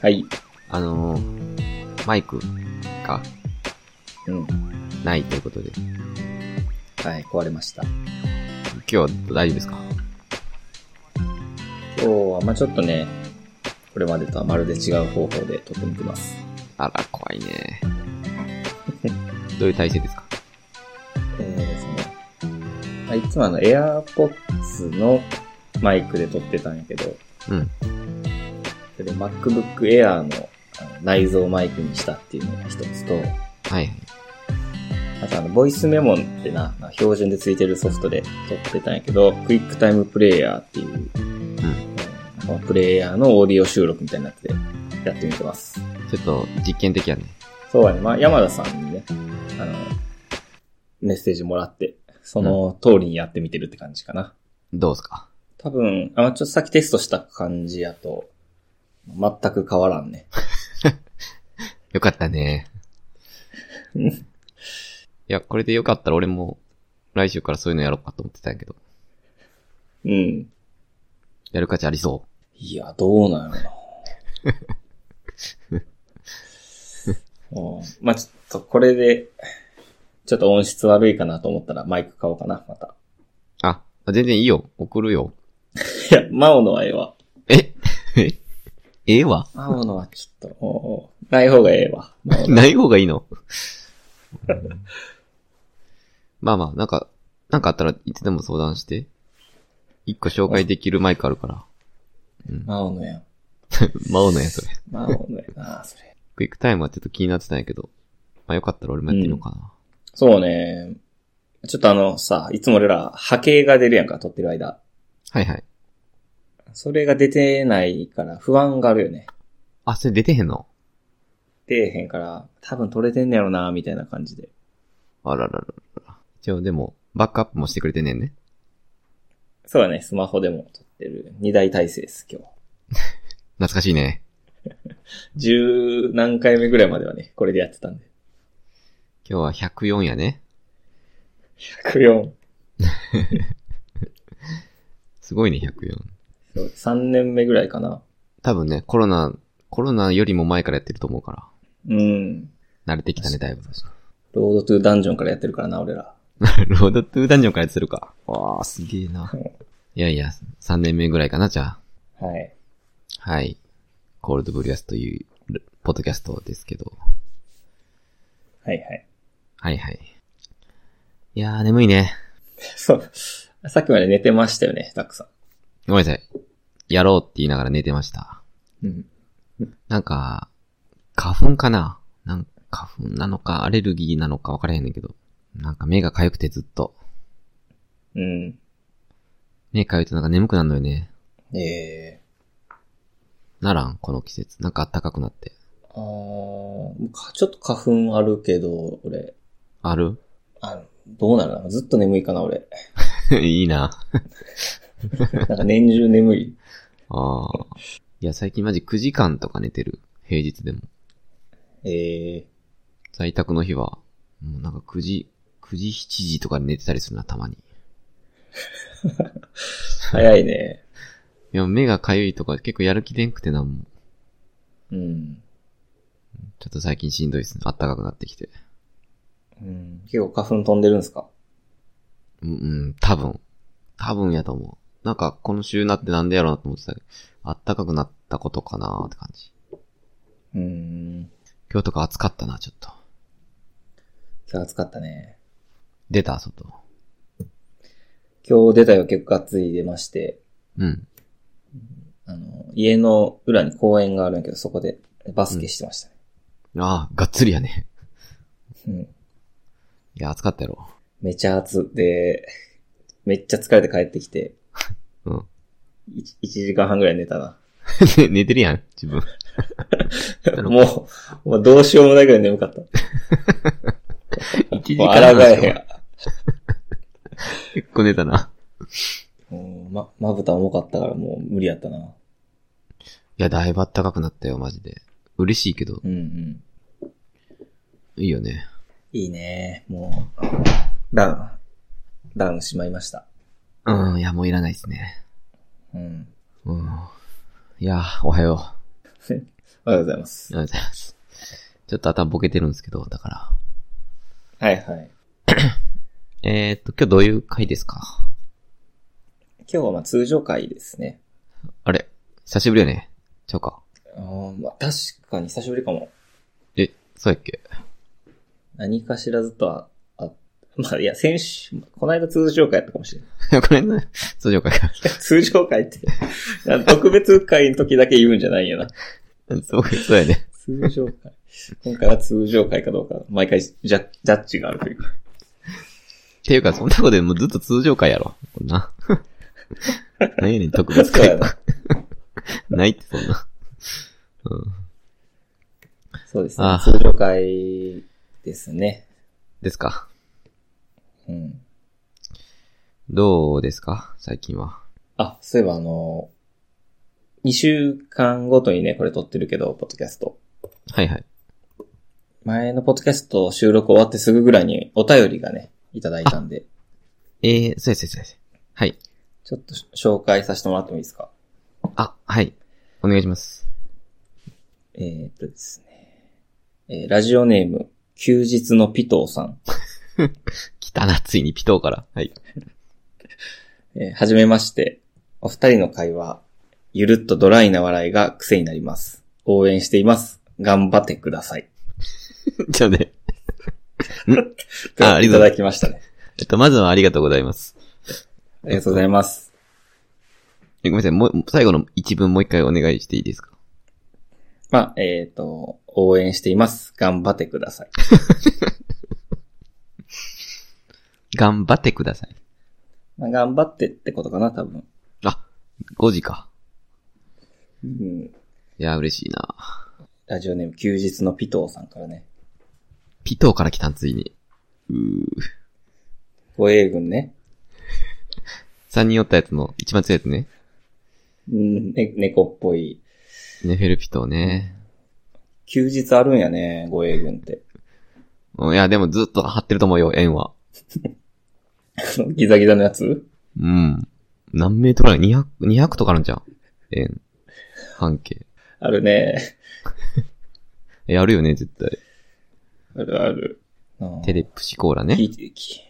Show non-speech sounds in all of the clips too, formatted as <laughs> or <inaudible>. はい。あのーマイクがうん。ないということで、はい、壊れました。今日は大丈夫ですか今日は、まあちょっとね、これまでとはまるで違う方法で撮ってみてます。あら、怖い <laughs> ね。どういう体勢ですかえーですね。まあいつもあの、AirPods のマイクで撮ってたんやけど、うん。それで MacBook Air のあの内蔵マイクにしたっていうのが一つと、はいはい。あとあの、ボイスメモンってな、まあ標準でついてるソフトで撮ってたんやけど、クイックタイムプレイヤーっていう、うん。このプレイヤーのオーディオ収録みたいになってやってみてます。ちょっと実験的やね。そうやね。まあ、山田さんにね、あの、メッセージもらって、その通りにやってみてるって感じかな。どうですか多分、あ、まあちょっとさっきテストした感じやと、全く変わらん <laughs> ね。よかったね。うんいや、これでよかったら俺も来週からそういうのやろうかと思ってたんやけど、うん。やる価値ありそう。いや、どうなんや <laughs> ろな。うんまあ、ちょっとこれで、ちょっと音質悪いかなと思ったらマイク買おうかな、また。あ、全然いいよ。送るよ。いや、マオのはええわ。え <laughs> えええわマオのはちょっと、おうおうない方がええ <laughs> わ。マオの <laughs> ない方がいいのまあまあ、なんか、なんかあったらいつでも相談して。一個紹介できるマイクあるから。うん。マオのやん。魔王のや、それ。マオのやな、それ。クイックタイムはちょっと気になってたんやけど。まあよかったら俺もやってみようかな。そうね。ちょっとあのさ、いつも俺ら波形が出るやんか、撮ってる間。はいはい。それが出てないから不安があるよね。あ、それ出てへんの出えへんから、多分撮れてんねやろな、みたいな感じで。あららららら。一応でも、バックアップもしてくれてんねんね。そうだね、スマホでも撮ってる。二大体制です、今日。懐かしいね。十何回目ぐらいまではね、これでやってたんで。今日は104やね。 104。すごいね、104。そう3年目ぐらいかな。多分ね、コロナ、コロナよりも前からやってると思うかうん。ら。慣れてきたね、だいぶ。ロードトゥダンジョンからやってるからな、俺ら。 <laughs> ロードトゥーダンジョンからやってるか。わあ、すげえな。いやいや、3年目ぐらいかな、じゃあ。はい。はい。コールドブリュアスという、ポッドキャストですけど。はいはい。はいはい。いやー、眠いね。そう。さっきまで寝てましたよね、たくさごめんなさい。やろうって言いながら寝てました。ん。うん。なんか、花粉かななんか花粉なのか、アレルギーなのか分からへんねんけど。なんか目が痒くてずっと。うん。目痒いとなんか眠くなるのよね。ええならん、この季節。なんか暖かくなって。あーかちょっと花粉あるけど、俺、ある <laughs> あの、どうなるのずっと眠いかな、俺。 <laughs> いいな。なんか年中眠い。ああ。いや、最近マジ9時間とか寝てる。平日でも。ええ在宅の日は、もうなんか9時、9時、7時とかに寝てたりするな、たまに。早いね。いや、目が痒いとか結構やる気でんくてなんも。うん。ちょっと最近しんどいですね。暖かくなってきて。うん、結構花粉飛んでるんすかうん、うん、多分。多分やと思う。なんか、この週になってなんでやろうなと思ってたけど、暖かくなったことかなーって感じ。うん。今日とか暑かったな、ちょっと。今日暑かったね。出た、外。今日出たよ、結構がっつり出まして。うん。あの、家の裏に公園があるんやけど、そこでバスケしてましたね。ああ、がっつりやね。うん。いや、暑かったやろ。 <laughs> めちゃ暑で、めっちゃ疲れて帰ってきて、うん。 1, 時間半ぐらい寝たな。ね寝てるやん、自 <laughs> 分。の <laughs> もう、もうどうしようもないぐらい眠かった。 1時もう間抗えへんわ。結構寝たな。うんま、まぶた重かったからもう無理やった <laughs> な。いや、だいぶ暖かくなったよ、マジで。嬉しいけど、うんうん。いいよね。いいね。もう、ダウン。ダウンしまいました。うん、いや、もういら <laughs> ないですね。うん。うん。いや、おはよおはようございます。りがとうございます。ちょっと頭ボケてるんですけど、だから。はいはい。えー、っと、今日どういう回ですか今日はまあ通常会ですね。あれ久しぶりよねちゃうか。あーまあ、確かに久しぶりかも。え、そうやっけ <laughs> 何かしらずっとは、あ、まあいや、先週、この間通常会やったかもしれない。これね、通常会か。 <laughs> 通常会って、なんか特別会の時だけ言うんじゃないんやな。そうそうやね。通常会。今回は通常会かどうか、毎回ジャジャッジがあるというか。っていうか、そんなことでもうずっと通常会やろ。こんな。 <laughs> 何やねん、特別そう会。やな。ないって、そんな。そうですねあ。通常会ですね。ですか。うん。どうですか最近は。あ、そういえばあの、2週間ごとにね、これ撮ってるけど、ポッドキャスト。はいはい。前のポッドキャスト収録終わってすぐぐらいにお便りがね、いただいたんで、えー、そうやそうやそうや。はい。ちょっと紹介させてもらってもいいですかあ、はい。お願いします。えー、っとですね。えーラジオネーム、休日のピトーさん。来たな、ついにピトーから。はい。 <laughs> えーはじめまして。お二人の会話、ゆるっとドライな笑いが癖になります。応援しています。頑張ってください。じゃあね。あああありりいがとたうございますだきましたね。えっと、まずはありがとうございます。ありがとうございます。えごめんなさい、もう、最後の一文もう一回お願いしていいですかまあ、えっ、と、応援しています。頑張ってください。頑張ってください。まあ、頑張ってってことかな、多分。あ、5時か。うん。いや、嬉しいな。ラジオネーム、休日のピトーさんからね。ピトーから来たん、ついに。うー。護衛軍ね。 3人おったやつの、一番強いやつね。うん、ね、猫っぽい。ネフェルピトーね。休日あるんやね、護衛軍って。 <laughs> うんいや、でもずっと張ってると思うよ、円は。あのギザギザのやつうん。何メートルある ?200、200とかあるんじゃん。円。半径。あるね。え、あるよね、絶対。あるある。うんテレプシコーラ聞ね。いて、き、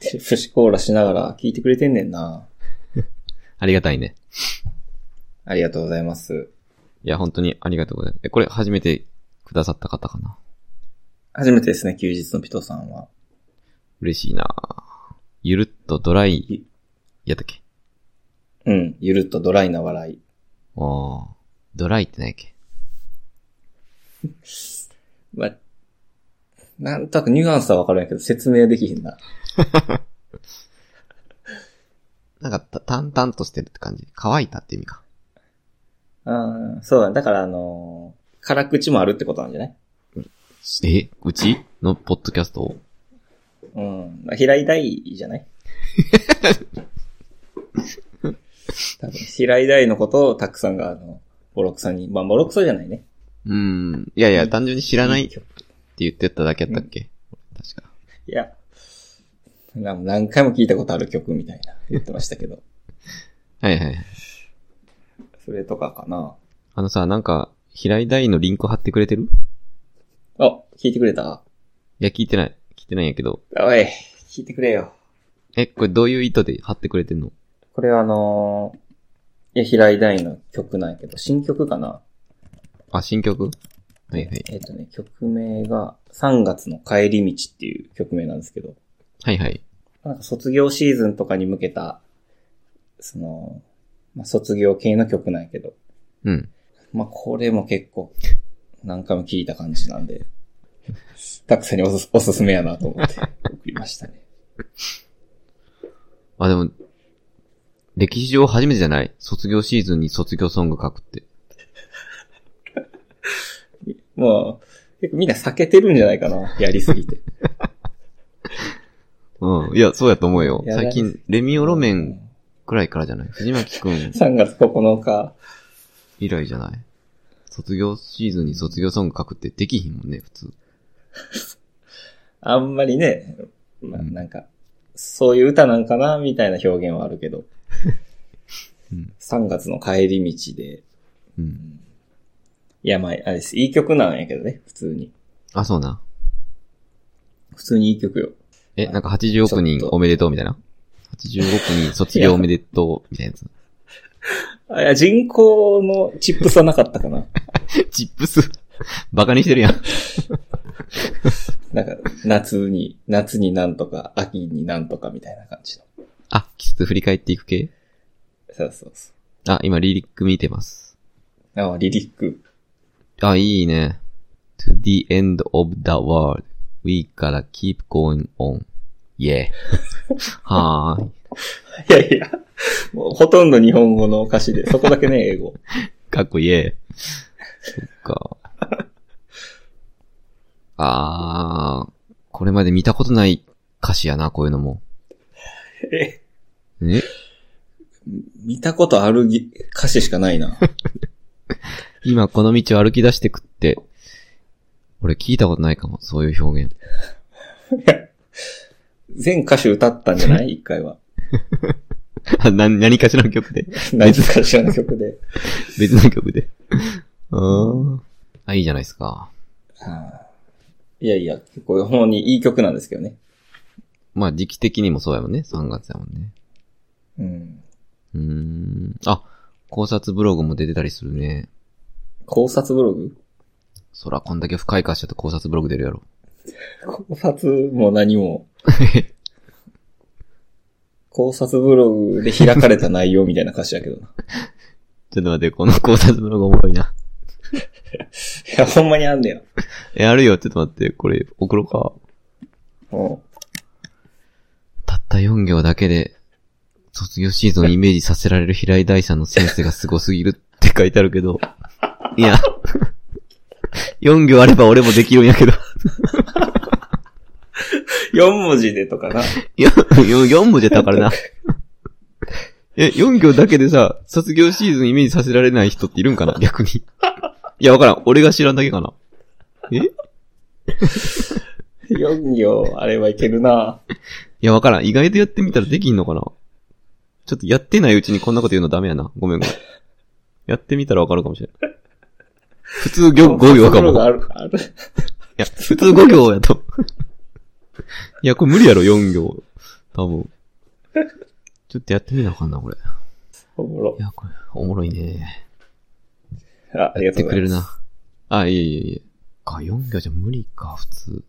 テレプシコーラしながら聞いてくれてんねんな。ありがたいね。ありがとうございます。いや、本当にありがとうございます。え、これ初めてくださった方かな。初めてですね、休日のピトさんは。嬉しいなゆるっとドライ、やったっけうん、ゆるっとドライな笑い。あードライって何やっけまあ、なんとなくニュアンスはわかるんやけど、説明できひんな。なんかた、淡々としてるって感じ。乾いたって意味か。ああ、そうだね。だから、あのー辛口もあるってことなんじゃないえうちのポッドキャストをうん。まあ平井大じゃない多分、平井大のことをたくさんが、あの、ボロクソに、まあ、ボロクソじゃないね。うーん。いやいや、単純に知らないいって言ってただけやったっけ確か。いや、な何回も聞いたことある曲みたいな言ってましたけど。はいはいはい。 <laughs> それとかかな。あのさ、なんか、平井大のリンク貼ってくれてるあ、聞いてくれたいや、聞いてない。聞いてないんやけど。おい、聞いてくれよ。え、これどういう意図で貼ってくれてんのこれはあのー、いや、平井大の曲なんやけど、新曲かなあ、新曲はいはい。えっ、とね、曲名が、3月の帰り道っていう曲名なんですけど、はいはい。なんか卒業シーズンとかに向けた、その、まあ、卒業系の曲なんやけど、うん。まあ、これも結構、何回も聞いた感じなんで、たくさんにおすおすすめやなと思って送りましたね。あ、でも、歴史上初めてじゃない卒業シーズンに卒業ソング書くって。もう、結構みんな避けてるんじゃないかな、やりすぎて。うん。いや、そうやと思うよ。やばい最近、レミオロメンくらいからじゃない藤巻くん3月9日、以来じゃない卒業シーズンに卒業ソング書くってできひんもんね、普通。あんまりね、まあうんなんか、そういう歌なんかな、みたいな表現はあるけどうん。 3月の帰り道で、う。うんんいや、まあ、あれです。いい曲なんやけどね、普通に。あ、そうな。普通にいい曲よ。え、なんか80億ち人ょっとおめでとうみたいな ?80 億人卒業おめでとうみたいなやつ。 <laughs> あ、いや、人口のチップスはなかったかな。チップス。バカにしてるやん。なんか、夏に、夏になんとか、秋になんとかみたいな感じの。あ、季節振り返っていく系そうそうそあ、今リリック見てます。う。あ、リリック。あ、いいね。to the end of the world. We gotta keep going on. Yeah. <laughs> はーい。いやいや、もうほとんど日本語の歌詞で、そこだけね、英語。かっこいい。そっか。あー、これまで見たことない歌詞やな、こういうのも。 <laughs> え、え見たことあるぎ歌詞しかないな。今この道を歩き出してくって、俺聞いたことないかも、そういう表現。全歌詞歌ったんじゃない一回は。あ <laughs> な、何かしらの曲で。何ですか知らん曲で。別の曲で。あー。あ、いいじゃないですか。あーいやいや、結構、ほんまにいい曲なんですけどね。まあ時期的にもそうやもんね。3月やもんね。うん。うーん。あ、考察ブログも出てたりするね。考察ブログそら、こんだけ深い歌詞だと考察ブログ出るやろ。 <laughs> 考察も何も。考察ブログで開かれた内容みたいな歌詞だけどな。ちょっと待って、この考察ブログおもろいな。いや、ほんまにあんだよ。え、あるよ、ちょっと待って、これ、送ろうか。うん。たった4行だけで、卒業シーズンをイメージさせられる平井大さんのセンスがすごすぎるって書いてあるけど。いや、4行あれば俺もできるんやけど。 4文字でとかな。 4, 4文字やったからな。え、4行だけでさ、卒業シーズンイメージさせられない人っているんかな逆に。いや、わからん。俺が知らんだけかな。えい4行あればいけるな。や、わからん。意外とやってみたらできんのかなちょっとやってないうちにこんなこと言うのダメやな。ごめんごめん。やってみたらわかるかもしれない。普通行5行かも。ある、 <laughs> ある。いや、普通5行やと。いや、これ無理やろ、4行。多分。ちょっとやってみなあかんな、これ。いおもろ。や、これ、おもろいね。あ、ありやっがとてうごくざいれまるす。な。あ、いえいえいえ。か、4行じゃ無理か、普通。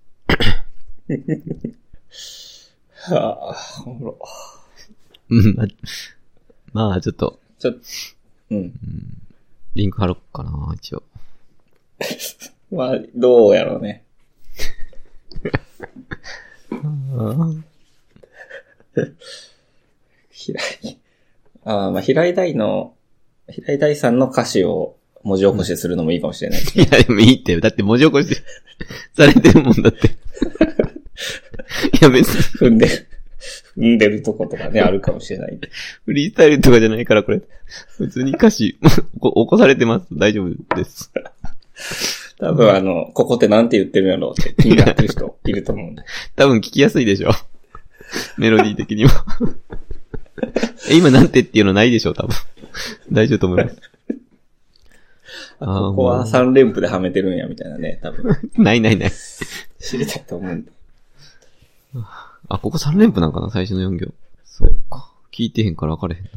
はあ、おもろ。うん、まあ、まあ、ちょっと、ちょっと、うん。リンク貼ろうかな、一応。まあ、どうやろうね。平井。ああ、まあ、平井大の、平井大さんの歌詞を文字起こしするのもいいかもし <laughs> れない。いや、でもいいって。だって文字起こしされてるもんだ <laughs> って。いや、別に踏んでる、踏んでるとことかね、あるかもしれない。フリースタイルとかじゃないから、これ。普通に歌詞、 <laughs> 起こ起こされてます。大丈夫です。多分あの、ここってなんて言ってるんやろうって気になってる人いる <laughs> と思うんで。多分聞きやすいでしょ。メロディー的 <laughs> にも。え今なんてっていうのないでしょ、多分。大丈夫と思います。あここは3連符ではめてるんや、みたいなね、多分ないないない。知りたいと思うんで。あ、ここ3連符なんかな、最初の4行。そうか。聞いてへんから分かれへんな。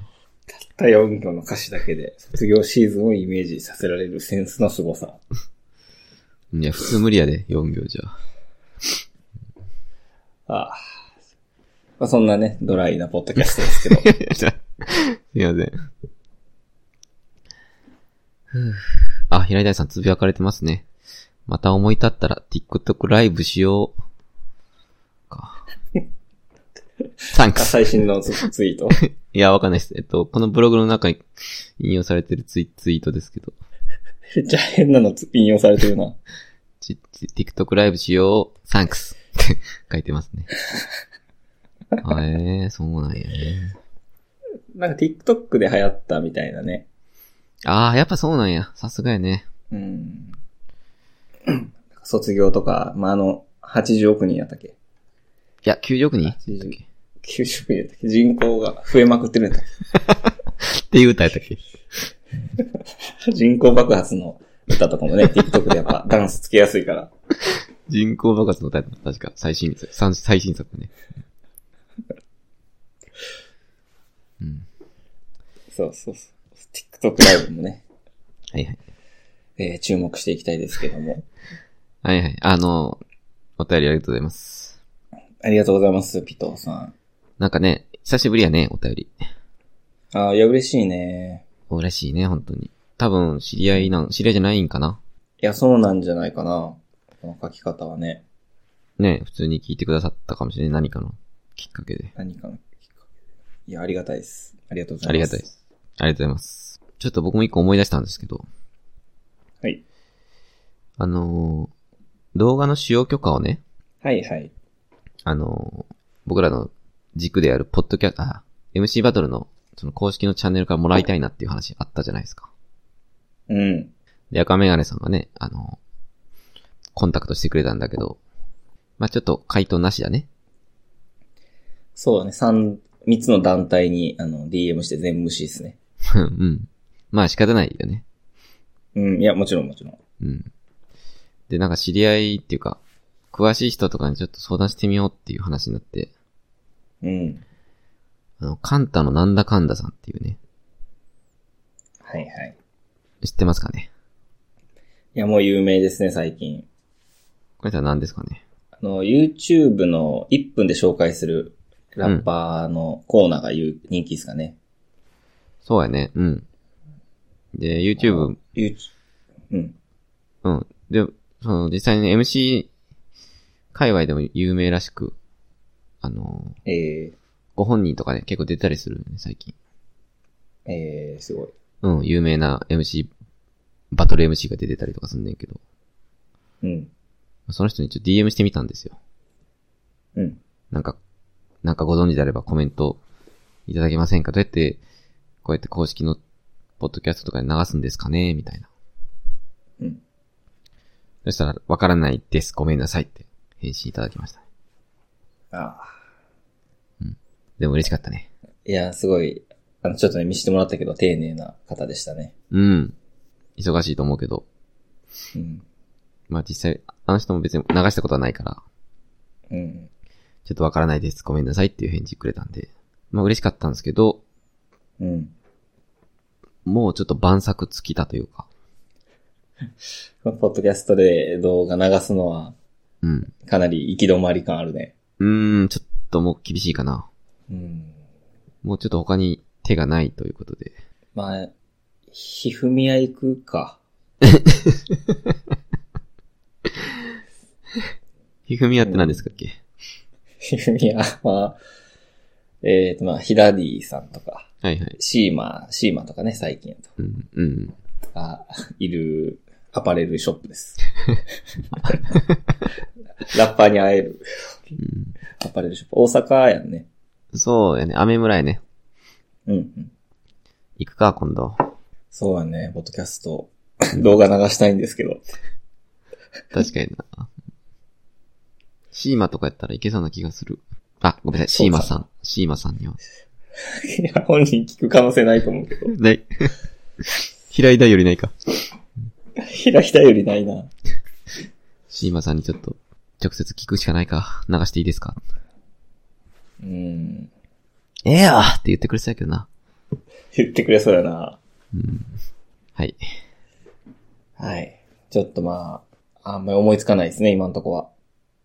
たった4行の歌詞だけで、卒業シーズンをイメージさせられるセンスの凄さ。いや、普通無理やで、4行じゃ。 <laughs> ああ。まあ、そんなね、ドライなポッドキャストですけど。 <laughs> いやすいません。ふうあ、平井大さんつぶやかれてますね。また思い立ったら TikTok ライブしよう。 <laughs> か。サンクス。最新のツツイート。いや、わかんないです。えっと、このブログの中に引用されてるツイツイートですけど。めっちゃ変なのつ引用されてるな。ちち TikTok ライブしよう。サンクス。って書いてますね。あえー、そうなんやね。なんか TikTok で流行ったみたいなね。あー、やっぱそうなんや。さすがやね。うん。卒業とか、まあ、あの、80億人やったっけいや、90億人 ?80 億。90億人やったっけ人口が増えまくってるんだっっていう歌やったっけけ人口爆発の歌とかもね、TikTok でやっぱダンスつけやすいから。人口爆発のタイトル、確か。最新作。三最新作ね。うん。そうそうそう。TikTok ライブもね、はいはい。えー注目していきたいですけども。 <laughs> はいはい。あの、お便りありがとうございます。ありがとうございます、ピトーさん。なんかね、久しぶりやね、お便り。ああ、いや、嬉しいね。嬉しいね、本当に。多分、知り合いなん、知り合いじゃないんかないや、そうなんじゃないかな。この書き方はね、ね、普通に聞いてくださったかもしれない。何かのきっかけで。何かのきっかけでいや、ありがたいです。ありがとうござあいりまがす。たいで。す。ありがとうございます。ちょっと僕も一個思い出したんですけど、はい。あのー動画の使用許可をね、はいはい。あのー僕らの軸であるポッドキャあ、MC バトルの、その公式のチャンネルからもらいたいなっていう話あったじゃないですか。うん。で、赤メガネさんがね、あの、コンタクトしてくれたんだけど、まあ、ちょっと回答なしだね。 <laughs> そうだね、三、三つの団体に、あの、DM して全部無視ですね。うん。まあ仕方ないよね。うん、いや、もちろんもちろん。うん。で、なんか知り合いっていうか、詳しい人とかにちょっと相談してみようっていう話になって、うん。あの、カンタのなんだかんださんっていうね、はいはい。知ってますかねいや、もう有名ですね、最近。これは何ですかねあの、YouTube の1分で紹介するラッパーのコーナーが有人気ですかね。そうやね、うん。で、YouTube、 YouTube。うん。うん。で、その、実際にね、MC 界隈でも有名らしく、あのーえご本人とかね、結構出たりするよね、最近。ー、えー、すごい。うん、有名な MC、バトル MC が出てたりとかすんねんけど、うん。その人にちょっと DM してみたんですよ。うん。なんか、なんかご存知であればコメントいただけませんかどうやって、こうやって公式のポッドキャストとかで流すんですかねみたいな。うん。そしたら、わからないです。ごめんなさいって返信いただきました。あでも嬉しかったね。ーいや、すごい。あの、ちょっとね、見せてもらったけど、丁寧な方でしたね。うん。忙しいと思うけど、うん。まあ実際、あの人も別に流したことはないから、うん。ちょっとわからないです。ごめんなさいっていう返事くれたんで、まあ嬉しかったんですけど、うん。もうちょっと晩作尽きたというか、ポッドキャストで動画流すのは、うん。かなり行き止まり感あるね。うーん、ちょっともう厳しいかな。うん。もうちょっと他に手がないということで。まあ、ひふみや行くか。 <laughs> ひふみやって何ですかっけ、ひふみやは、えっ、と、まあ、ひだディさんとか、はいはい。シーマ、シーマとかね、最近とうん、うん。か、いるアパレルショッ <laughs> プです。ラッパーに会えるうんアパレルショップ。大阪やんね。そうやね。雨村やね。うん、うん。行くか、今度。そうだね、ポッドキャスト。 <coughs> 動画流したいんですけど。 <laughs> 確かにな。シーマとかやったらいけそうな気がする。あ、ごめんなさい。シーマさん。シーマさんには。いや、本人聞く可能性ないと思うけど。ない。 <laughs> 平井大よりないか。ひらひらよりないな。シーマさんにちょっと、直接聞くしかないか。流していいですかうん。ええよって言ってくれてたけどな。言ってくれそうやな。うん。はい。はい。ちょっとまあ、あんまり思いつかないですね、今のとこは。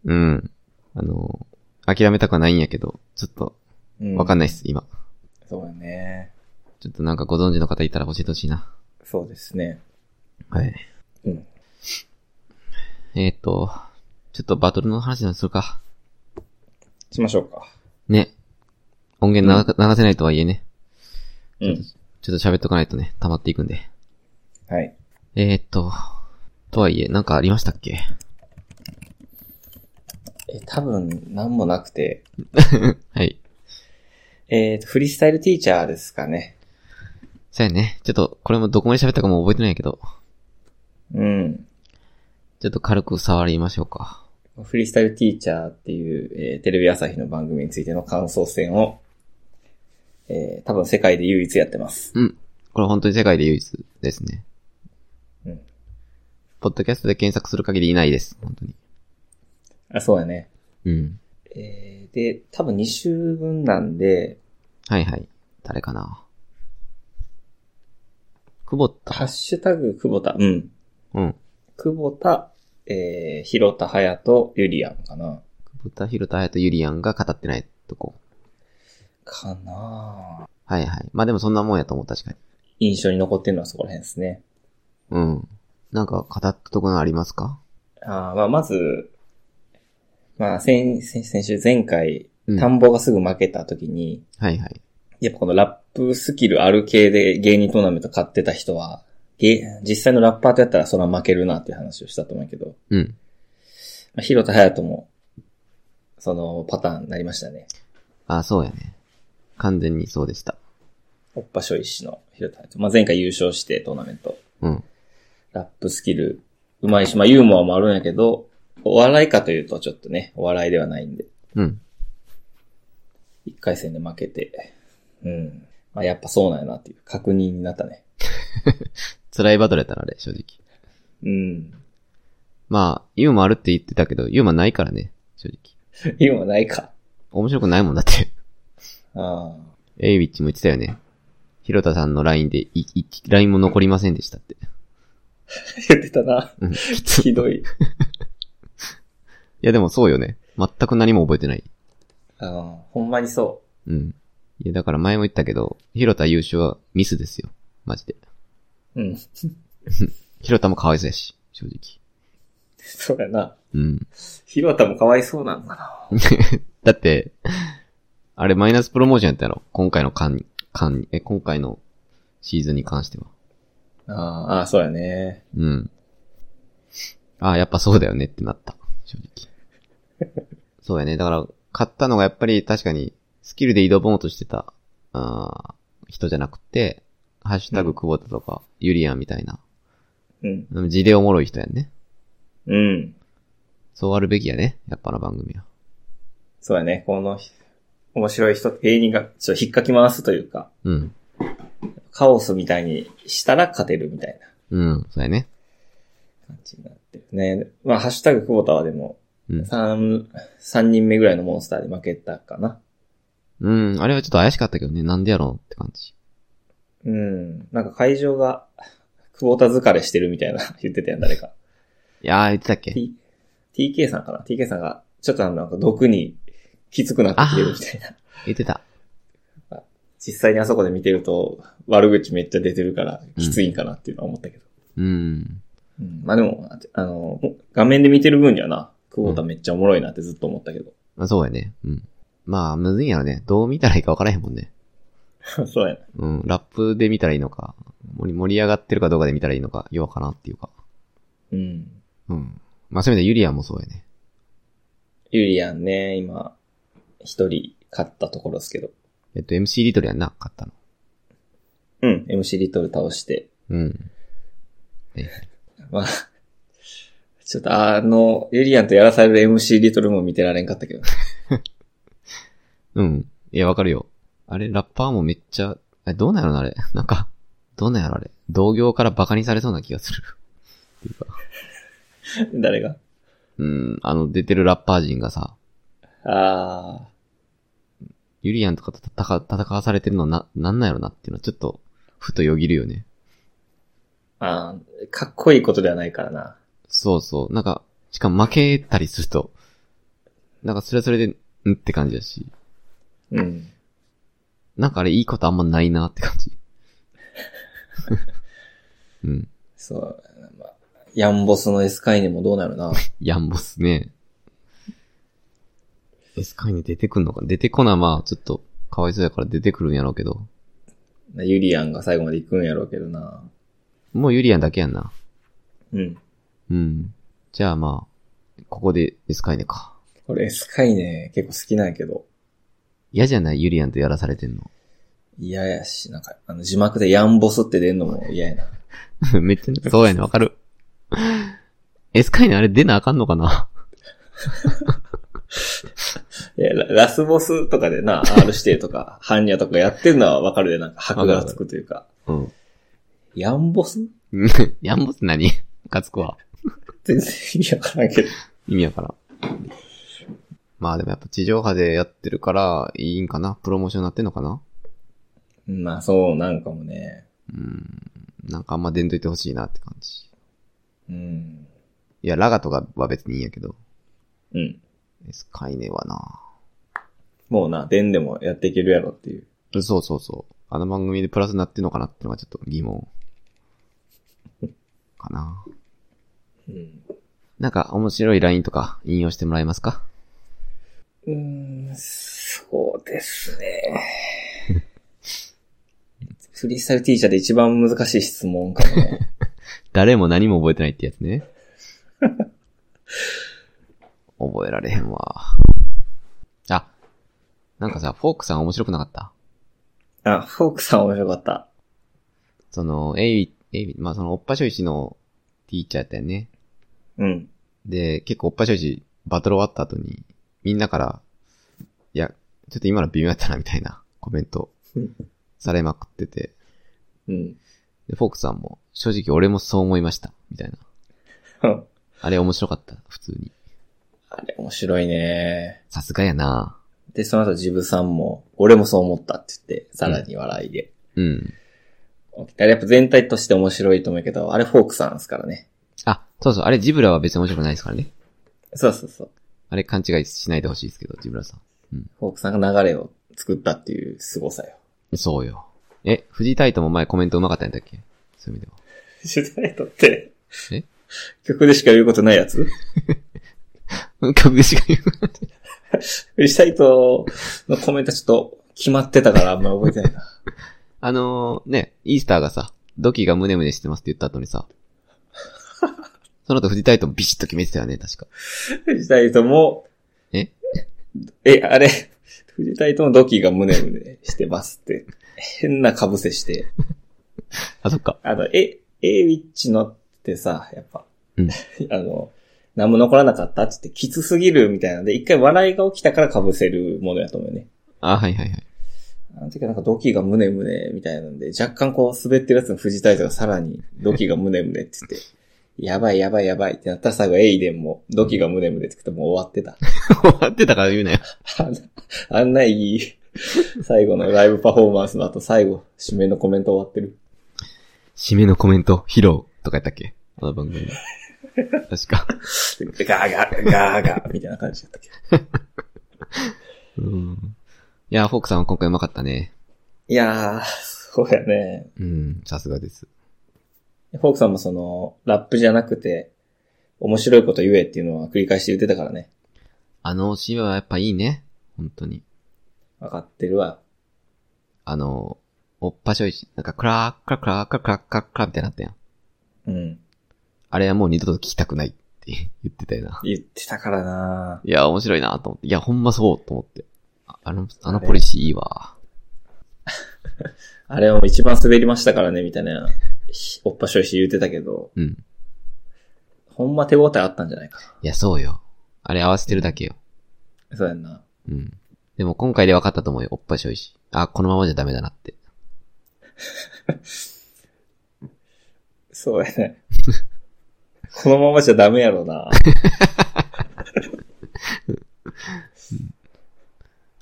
うん。あの、諦めたくはないんやけど、ちょっと、うんわかんないっす、今。そうだね。ちょっとなんかご存知の方いたら教えてほしいな。そうですね。はい。うん。えーっと、ちょっとバトルの話なんするか。しましょうか。ね。音源流,、流せないとはいえね。うん。ちょっと喋っとかないとね、溜まっていくんで。はい。えーっと、とはいえ、なんかありましたっけ <laughs> え、多分、なんもなくて。はい。えっ、と、フリースタイルティーチャーですかね。そうやね。ちょっと、これもどこまで喋ったかも覚えてないけど、うん。ちょっと軽く触りましょうか。フリースタイルティーチャーっていう、えーテレビ朝日の番組についての感想戦を、えー多分世界で唯一やってます。うん。これ本当に世界で唯一ですね。うんポッドキャストで検索する限りいないです。本当に。あ、そうやね。うん。えー、で、多分2週分なんで、はいはい。誰かな。久保田。ハッシュタグ、久保田。うん。うん。久保田、えー、広田隼人、ゆりやんかな。久保田、広田、隼人、ゆりやんが語ってないとこ。かなぁはいはい。まあでもそんなもんやと思う、確かに。印象に残ってるのはそこら辺ですね。うん。なんか語ったところありますかあーまあ、まず、まあ、先、先先週、前回、うん。田んぼがすぐ負けた時に、はいはい。やっぱこのラップスキルある系で芸人トーナメント買ってた人は、芸実際のラッパーとやったらそら負けるなっていう話をしたと思うけど、うん。まあ、広田隼人も、そのパターンになりましたね。あ、そうやね。完全にそうでした。おっぱしょいしの広田隼人。まあ、前回優勝してトーナメント。うん。ラップスキル、うまいし、まあ、ユーモアもあるんやけど、お笑いかというとちょっとね、お笑いではないんで、うん。一回戦で負けて、うん。まあ、やっぱそうなんやなっていう確認になったね。辛いバトルやったらあれ、正直。うん。まあ、ユーモあるって言ってたけど、ユーモないからね、正直。ユーモアないか。面白くないもんだって。 <laughs> ああ。エイウィッチも言ってたよね。広田さんの LINE で、い、い、LINE も残りませんでしたって。言ってたな。うん。いひどい。やでもそうよね。全く何も覚えてない。あの、ほんまにそうん。いやだから前も言ったけど、広田優勝はミスですよ。マジで。う。うん。広田も可哀想やし、正直。そうやな。うん。広田もかわいそうなんかな。だって、あれマイナスプロモーションやったやろ。今回の間、間に、え、今回のシーズンに関しては。あーあー、そうやね。うん。ああ、やっぱそうだよねってなった。正直。 <laughs> そうやね。だから、買ったのがやっぱり確かに、スキルで挑もうとしてた、あー人じゃなくて、ハッシュタグ久保田とか、ユリアンみたいな、うん。うん字でおもろい人やんね。うん。そうあるべきやね。やっぱあの番組は。そうやね。この、面白い人、芸人が、ちょっと引っかき回すというか、うん。カオスみたいにしたら勝てるみたいなうん。そうやね。感じになってるね。まあ、ハッシュタグ久保田はでも、うん。三三人目ぐらいのモンスターで負けたかな。うん。あれはちょっと怪しかったけどね。なんでやろうって感じ。うん。なんか会場が、久保田疲れしてるみたいな <laughs> 言ってたやん、誰か。いやー、言ってたっけ T、TK さんかな ?TK さんが、ちょっとあの、なんか毒にきつくなってきてるみたいな。言ってた。実際にあそこで見てると、悪口めっちゃ出てるから、きついんかなっていうのは思ったけど。うん。うんまあでも、あの、画面で見てる分にはな、久保田めっちゃおもろいなってずっと思ったけど。 <laughs> まあそうやね。うん。まあ、むずいんやろね。どう見たらいいかわからへんもんね。そうやな。うん、ラップで見たらいいのか、盛り盛り上がってるかどうかで見たらいいのか、弱かなっていうか。うん。うん。まあ、そういう意味でユリアンもそうやね。ゆりやんね、今、一人勝ったところですけど。えっと、MC リトルやんな、勝ったの。うん。MC リトル倒して。うん。まあ、ちょっとあの、ゆりやんとやらされる MC リトルも見てられんかったけど。うん。いや、わかるよ。あれ、ラッパーもめっちゃ、え、どうなんやろな、あれ。なんか、どうなんやろ、あれ。同業からバカにされそうな気がする。 <laughs> 誰がうん、あの、出てるラッパー陣がさ、あユリアンとかと戦戦わされてるのな、なんなんやろなっていうのは、ちょっと、ふとよぎるよね。あ、あーかっこいいことではないからな。そうそう。なんか、しかも負けたりすると、なんかそれはそれで、んって感じだし。うん。なんかあれいいことあんまないなって感じ。うん。そう。まあ、ヤンボスのエスカイネもどうなるな。 <laughs> ヤンボスね。エスカイに出てくんのか出てこな、まあ、ちょっと、かわいそうやから出てくるんやろうけど。ゆりやんが最後まで行くんやろうけどな。もうユリアンだけやんな。うん。うん。じゃあまあ、ここでエスカイネか。これエスカイネ結構好きなんやけど、嫌じゃないユリアンとやらされて <laughs> んの。嫌やし、なんか、あの字幕でヤンボスって出んのも嫌やな。めっちゃ、そうやね、わかる。エスカイネあれ出なあかんのかないやラ、ラスボスとかでな、R 指定とか、 <laughs> ハンニャとかやってんのはわかるで、なんか箔が <laughs> つくというか。うん。ヤンボスヤンボス何ムカつくわ。全然意味わからんけど。意味わからん。まあでもやっぱ地上波でやってるから、いいんかなプロモーションになってんのかなまあそうなんかもね。うん。なんかあんま出んといてほしいなって感じ。うん。いや、ラガとかは別にいいんやけど、うん。エスカイネはなもうな、でんでもやっていけるやろっていう。そうそうそう。あの番組でプラスになってんのかなってのがちょっと疑問。かなうん。なんか面白い LINE とか引用してもらえますかうーん、そうですね。 <laughs> フリースタイル T 社で一番難しい質問かも <laughs> ね。誰も何も覚えてないってやつね。覚えられへんわ。あ、なんかさ、フォークさん面白くなかったあ、フォークさん面白かった。その、エイビ、エイビ、まあその、おっぱしょいしのティーチャーやったよね。うん。で、結構おっぱしょいし、バトル終わった後に、みんなから、いや、ちょっと今の微妙やったな、みたいなコメントうん、されまくってて。うん。で、フォークさんも、正直俺もそう思いました、みたいな。ああれ面白かった、普通に。れ面白いね。さすがやなで、その後ジブさんも、俺もそう思ったって言って、さらに笑いで。うん。あれやっぱ全体として面白いと思うけど、あれフォークさんですからね。あ、そうそう、あれジブラは別に面白くないですからね。そうそうそう。あれ勘違いしないでほしいですけど、ジブラさフォークさんが流れを作ったっていう凄さよ。ん。そうよ。え、藤井タイトも前コメントうまかったんだっけそういう意味では。 <laughs> 主題歌ってえ、曲でしか言うことないやつ <laughs> うん、 <laughs> 株式が言う。フリーサイトのコメントちょっと決まってたからあんま覚えてないな。 <laughs> あのー、ね、イースターがさ、ドキがムネムネしてますって言った後にさ、その後藤井タイトもビシッと決めてたよね、確か。藤田糸も、ええ、あれ、藤田糸もドキがムネムネしてますって。変な被せして。あ、そっか。あの、え、えウィッチのってさ、やっぱ、うん <laughs> あの、何も残らなかったって言って、きつすぎるみたいなので、一回笑いが起きたから被せるものやと思うよね。あ、はいはいはい。あの時はなんかドキがムネムネみたいなんで、若干こう滑ってるやつの藤田糸がさらにドキがムネムネって言って、 <laughs> やばいやばいやばいってなったら最後エイデンもドキがムネムネって言ってもう終わってた。 <laughs> 終わってたから言うなよ。あんなあんないい最後のライブパフォーマンスの後最後、締めのコメント終わってる。締めのコメント、披露とかやったっけあの番組の。確か。ガーガーガーガーみたいな感じだったけど。うん。いや、フォークさんは今回うまかったね。いやー、そうやね。うん、さすがです。フォークさんもその、ラップじゃなくて、面白いこと言えっていうのは繰り返し言ってたからね。あのシーンはやっぱいいね。本当に。わかってるわ。あの、おっぱしょいし、なんかクラー、クラクラクラクラクラクラみたいになったやん。うん。あれはもう二度と聞きたくないって言ってたよな。言ってたからないや、面白いなと思って。いや、ほんまそうと思って。ああの、あのポリシーいいわ。あれはもう一番滑りましたからね、みたいな、ひおっぱしょいし言ってたけど、うん。ほんま手応えあったんじゃないかいや、そうよ。あれ合わせてるだけよ。な。そうやんな。うん。でも今回で分かったと思うよ。おっぱしょいし。あ、このままじゃダメだなって。そうやね。 <laughs> このままじゃダメやろな。 <laughs>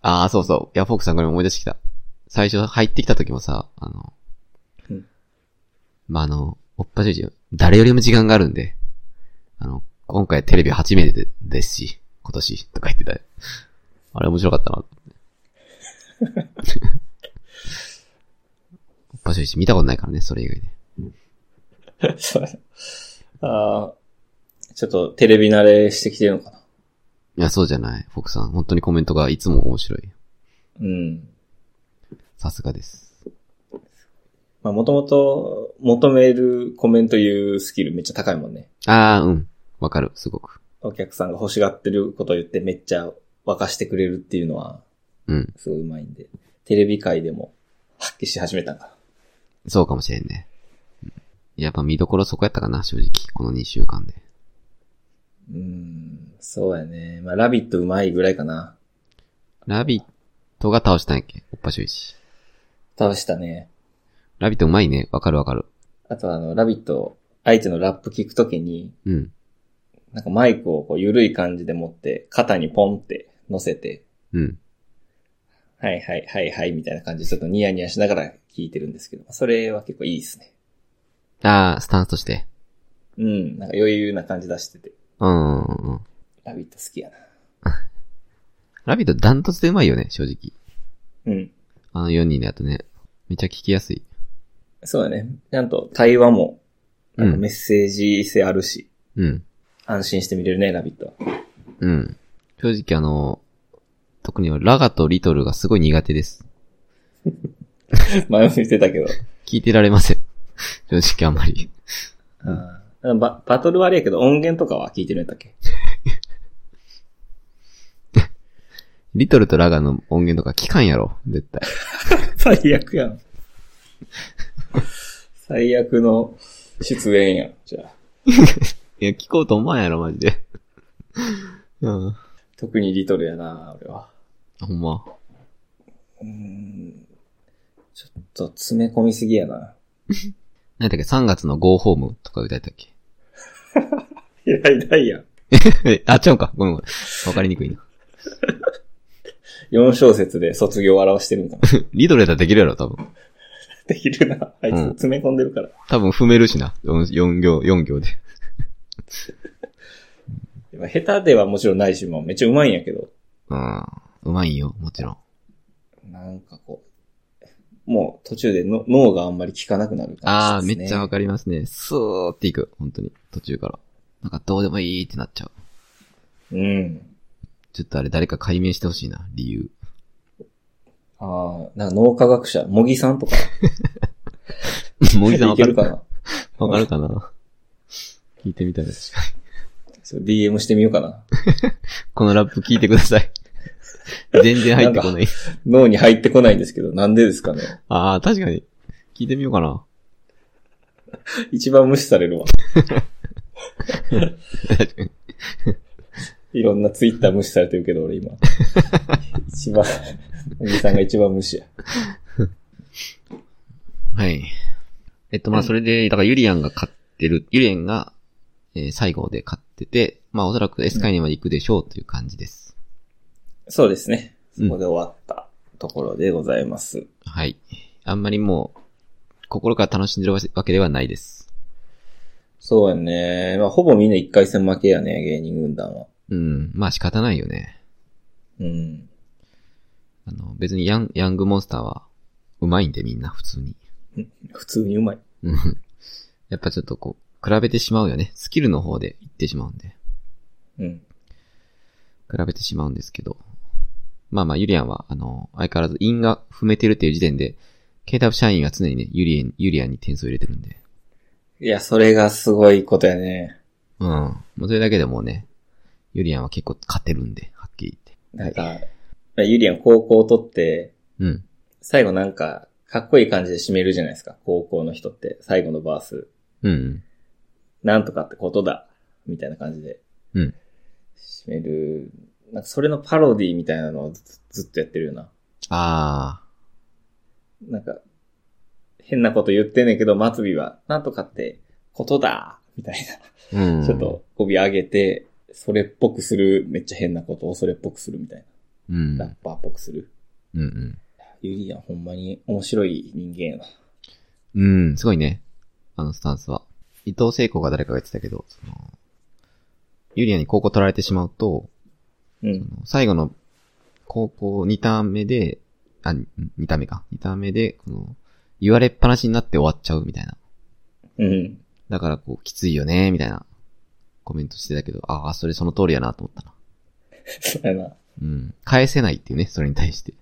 ああ、そうそう。いや、フォークさんこれ思い出してきた。最初入ってきた時もさ、あの、うんまあ、あの、おっぱじゅうじ、誰よりも時間があるんで、あの、今回テレビ初めてでですし、今年とか言ってたよ。あれ面白かったな。おっぱじゅうじ見たことないからね、それ以外で。そうやあーちょっとテレビ慣れしてきてるのかな。いや、そうじゃない。フォークさん、本当にコメントがいつも面白い。うん。さすがです。まあ、もともと求めるコメント言うスキルめっちゃ高いもんね。ああ、うん。わかる、すごく。お客さんが欲しがってることを言ってめっちゃ沸かしてくれるっていうのは、うん。すごい上手いんで、テレビ界でも発揮し始めたんかな。そうかもしれんね。やっぱ見どころそこやったかな、正直。この2週間で。うーん、そうやね。まあ、ラビット上手いぐらいかな。ラビットが倒したんやっけおっぱしょいし。倒したね。ラビットうまいね。わかるわかる。あとあの、ラビット、相手のラップ聞くときに、うん。なんかマイクをこう緩い感じで持って、肩にポンって乗せて、うん。はいはいはいはいみたいな感じでちょっとニヤニヤしながら聞いてるんですけど、それは結構いいですね。ああ、スタンスとして。うん、なんか余裕な感じ出してて、うんうんうん。ラビット好きやな。ラビットダントツでうまいよね、正直。うん。あの4人だとね。めっちゃ聞きやすい。そうだね。ちゃんと対話も、なんかうんメッセージ性あるし、うん。安心して見れるね、ラビットは。うん。正直あの、特にラガとリトルがすごい苦手です。前も言ってたけど。聞いてられません。 <laughs> 正直あんまり。うんババトルはあれやけど、音源とかは聞いてるんだっけリトルとラガの音源とか聞かんやろ、絶対。 <laughs> 最悪やん。 <laughs> 最悪の出演やん、じゃあ。いや、聞こうと思わんやろ、マジで。 <laughs> うん。特にリトルやな、俺は。ほんま。うーん。ちょっと詰め込みすぎやな。何だっけ、3月の Go Home とか歌えたっけ。 <laughs> いや、いないやん。 <laughs> えあ、ちゃうか。ごめんごめん。わかりにくいな。 4小節で卒業を表してるんかな。リトルやったらできるやろ、多分。 <laughs> できるな。あいつうん詰め込んでるから。多分踏めるしな。4, 行、4行で。まあ下手ではもちろんないし、もうめっちゃうまいんやけど、うん。うまいよ、もちろん。なんかこう、もう途中での脳があんまり効かなくなるあ感ー、じめです、ね。っちゃわかりますね。スーっていく。本当に。途中から。なんかどうでもいいってなっちゃう。うん。ちょっとあれ誰か解明してほしいな、理 <laughs> 由。ああ、なんか脳科学者、茂木さんとか。もぎさんわいけかるるかかななわかるかな <laughs> 聞いてみたいです。そう ?DM してみようかな。このラップ聞いてくだ <laughs> さい。全然入ってこない。脳に入ってこないんですけど、なんでですかね。ああ、確かに。聞いてみようかな。一番無視されるわ。確かにいろんなツイッター無視されてるけど、俺今。一番、茂木さんが一番無視や。 <laughs> はい。えっと、まあ、それで、だからユリアンが勝ってる、ユリアンが、えー最後で勝ってて、まあ、おそらくエスカイネまで行くでしょうという感じです。そうですね。うんそこで終わったところでございます。はい。あんまりもう、心から楽しんでるわけではないです。そうやね。まあ、ほぼみんな一回戦負けやね、芸人軍団は。うん。まあ、仕方ないよね。うん。あの、別にヤン、ヤングモンスターは、うまいんで、みんな、普通に。普通にうまい。うん。やっぱちょっとこう、比べてしまうよね。スキルの方で行ってしまうんで。うん。比べてしまうんですけど。まあまあ、ユリアンは、あの、相変わらず因が踏めてるっていう時点で、KW 社員が常にね、ユリアン、ユリアンに点数を入れてるんで。いや、それがすごいことやね。うん。もうそれだけでもうね、ユリアンは結構勝てるんで、はっきり言なっんて。か、はい。ユリアン高校を取って、うん。最後なんか、かっこいい感じで締めるじゃないですか。高校の人って、最後のバース。うん。なんとかってことだ。みたいな感じで。うん。締める。なんか、それのパロディみたいなのをずずっとやってるような。あなんか、変なこと言ってんねんけど、末尾は、なんとかってことだ。みたいー。うん。な。ちょっ。と、語尾上げて、それっぽくする、めっちゃ変なことをそれっぽくするみたいうん。な。ラッパーっぽくする。うんうん。ユリアンほんまに面白い人間やな。うん、すごいね。あのスタンスは。伊藤聖子が誰かが言ってたけど、その、ユリアに高校取られてしまうと、うん。最後の高校2ターン目で、あ、2ターン目か。2ターン目で、この、言われっぱなしになって終わっちゃうみたいな。うん。 <laughs> だからこう、きついよね、みたいなコメントしてたけど、ああ、それその通りやなと思ったな。そうやな。うん。返せないっていうね、それに対して。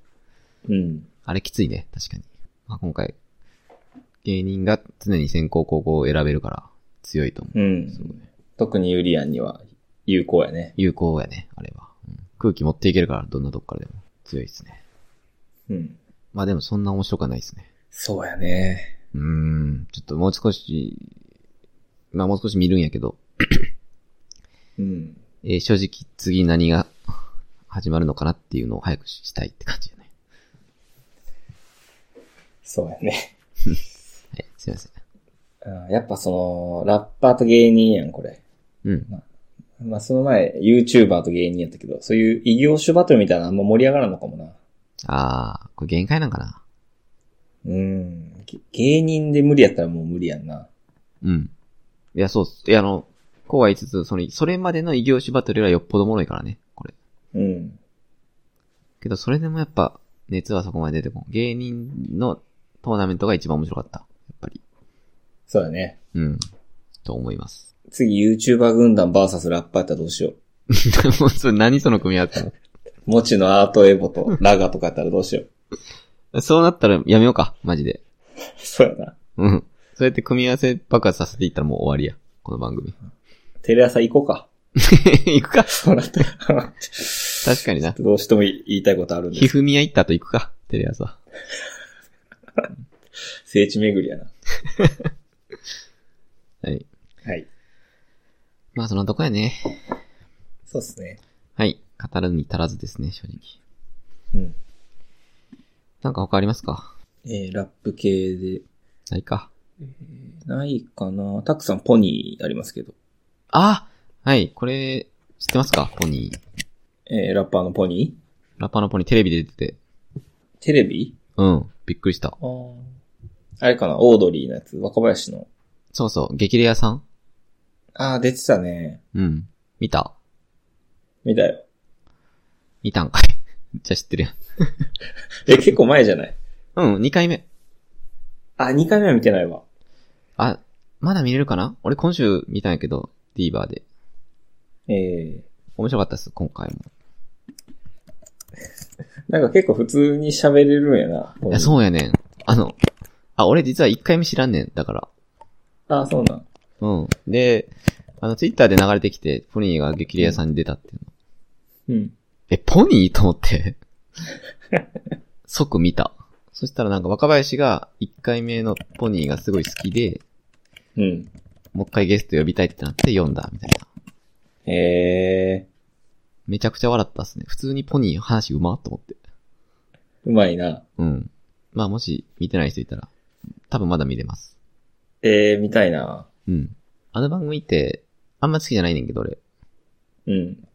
うん。あれきついね、確かに。まあ、今回、芸人が常に先行高校を選べるから、強いと思う。うん。特にユリアンには有効やね。有効やね、あれは、うん空気持っていけるから、どんなとこからでも。強いですね。うん。まあでもそんな面白くはないですね。そうやね。うーん、ちょっともう少し、まあもう少し見るんやけど、うん。えー正直次何が始まるのかなっていうのを早くしたいって感じだね。そうやね。 <laughs> はい、すいません。あーやっぱその、ラッパーと芸人やん、これ。うん。まあその前、YouTuber と芸人やったけど、そういう異業種バトルみたいなのあんま盛り上がらんのかもな。あー、これ限界なんかな。うん。げ芸人で無理やったらもう無理やんな。うん。いや、そうっす。いや、あの、こうは言いつつ、その、それまでの異業種バトルよりはよっぽどおもろいからね、これ。うん。けど、それでもやっぱ、熱はそこまで出てこん。芸人のトーナメントが一番面白かった。やっぱり。そうだね。うん。と思います。 <laughs> 次 YouTuber 軍団 VS ラッパーやったらどうしよう。もうそれ何その組み合わせも。もちのアートエボとラガとかやったらどうしよう。 <laughs> そうなったらやめようか、マジで。そうやな。うん。そうやって組み合わせ爆発させていったらもう終わりや。この番組。テレ朝行こうか。 <laughs> <laughs> 行くかそうだった。確かにな。どうしても言いたいことあるんひで。ふみや行ったと行くか、テレ朝。聖地巡りやな。はい。はい。まあそんなとこやね。そうっすね。はい。語るに足らずですね、正直。うん。なんか他ありますかえー、ラップ系で。ないか。ないかな。たくさんポニーありますけど。あはい、これ、知ってますかポニー。えー、ラッパーのポニーラッパーのポニーテレビで出てて。テレビうん。びっくりした。あーあれかなオードリーのやつ。若林の。そうそう、激レアさんああ、出てたね。うん。見た見たよ。見たんかい。 <laughs> めっちゃ知ってるえ、結構前じゃないやん。うん、2回目。あ、2回目は見てないわ。あ、まだ見れるかな俺今週見たんやけど、TVer で。え面白かったっす、今回も。ー、なんか結構普通に喋れるんやな。いや、う。そうやねん。あの、あ、俺実は1回目知らんねん、だから。あーそうなん。うん。で、あの、ツイッターで流れてきて、ポニーが激レアさんに出たっていうの。うん。え、ポニーと思って。 <laughs> 即見た。そしたらなんか若林が1回目のポニーがすごい好きで、うん。もう一回ゲスト呼びたいってなって読んだ、みたいな。えめちゃくちゃ笑ったっすね。普通にポニー話うまっと思って。ー、うまいな。うん。まあもし見てない人いたら、多分まだ見れます。えー、見たいな。うん。あの番組って、あんま好きじゃないねんけど俺。うん。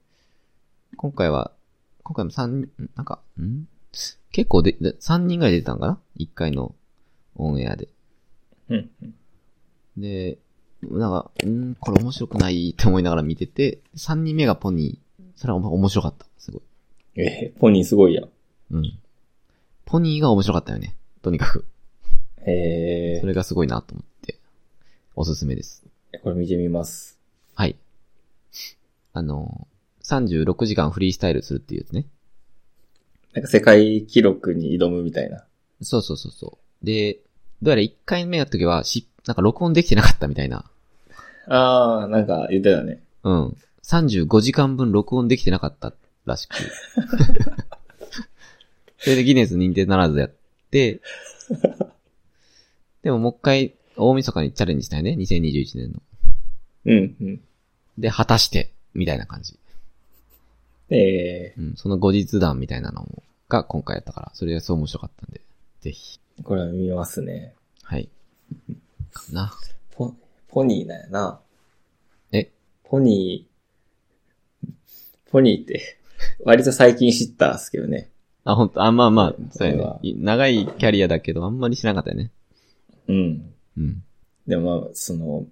今回は、今回も3、なんか、ん結構で、で3人ぐらい出てたんかな ?1 回のオンエアで。うん。で、なんか、うんこれ面白くないって思いながら見てて、3人目がポニー。それはお前面白かった。すごい。えー、ポニーすごいやん。うん。ポニーが面白かったよね。とにかく。えそれがすごいなと思って。おすすめです。ー、これ見てみます。はい。あの、36時間フリースタイルするっていうやつね。なんか世界記録に挑むみたいな。そうそうそうそう。で、どうやら1回目の時はし、なんか録音できてなかったみたいな。あー、なんか言ってたね。うん。35時間分録音できてなかったらしく。 <laughs> それでギネス認定ならずやって、でももう一回大晦日にチャレンジしたよね。2021年の。うん、うん。で、果たして、みたいな感じ。えうん。その後日談みたいなのもが今回やったから、それがすごい面白かったんで、ぜひ。ー、これは見ますね。はい。かな。ポ、ポニーなんやな。えポニー、ポニーって、割と最近知ったっすけどね。あ、本当あ、まあまあ、そうやこれね。はい長いキャリアだけど、あんまりしなかったよね。うん。うん。でもまあ、その、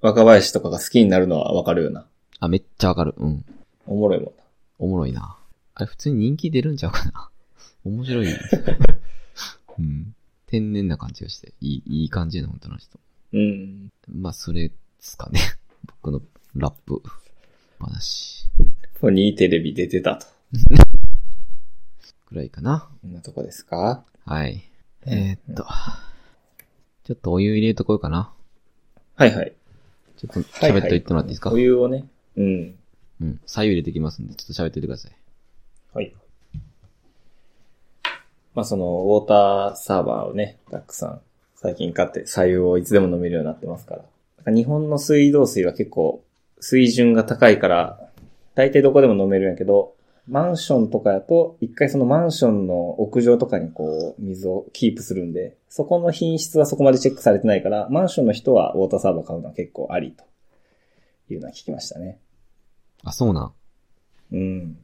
若林とかが好きになるのはわかるよな。あ、めっちゃわかる。うん。おもろいもんな。おもろいな。あれ、普通に人気出るんちゃうかな。 <laughs> 面白い。うん。天然な感じがして、いい、いい感じの本当の人。うん。まあ、それですかね。 <laughs> 僕のラップ話ポニーテレビ出てたと。くらいかな。こんなとこですかはい。えーっと。ちょっとお湯入れるとこよかな。はいはい。ちょっと喋っといってもらっていいですか、お湯をね。うん。うん。左右入れてきますんで、ちょっと喋っといてください。はい。まあその、ウォーターサーバーをね、たくさん最近買って、左右をいつでも飲めるようになってますから。なんか日本の水道水は結構水準が高いから、大体どこでも飲めるんやけど、マンションとかやと、一回そのマンションの屋上とかにこう、水をキープするんで、そこの品質はそこまでチェックされてないから、マンションの人はウォーターサーバー買うのは結構ありというのは聞きましたね。あ、そうなん。うん。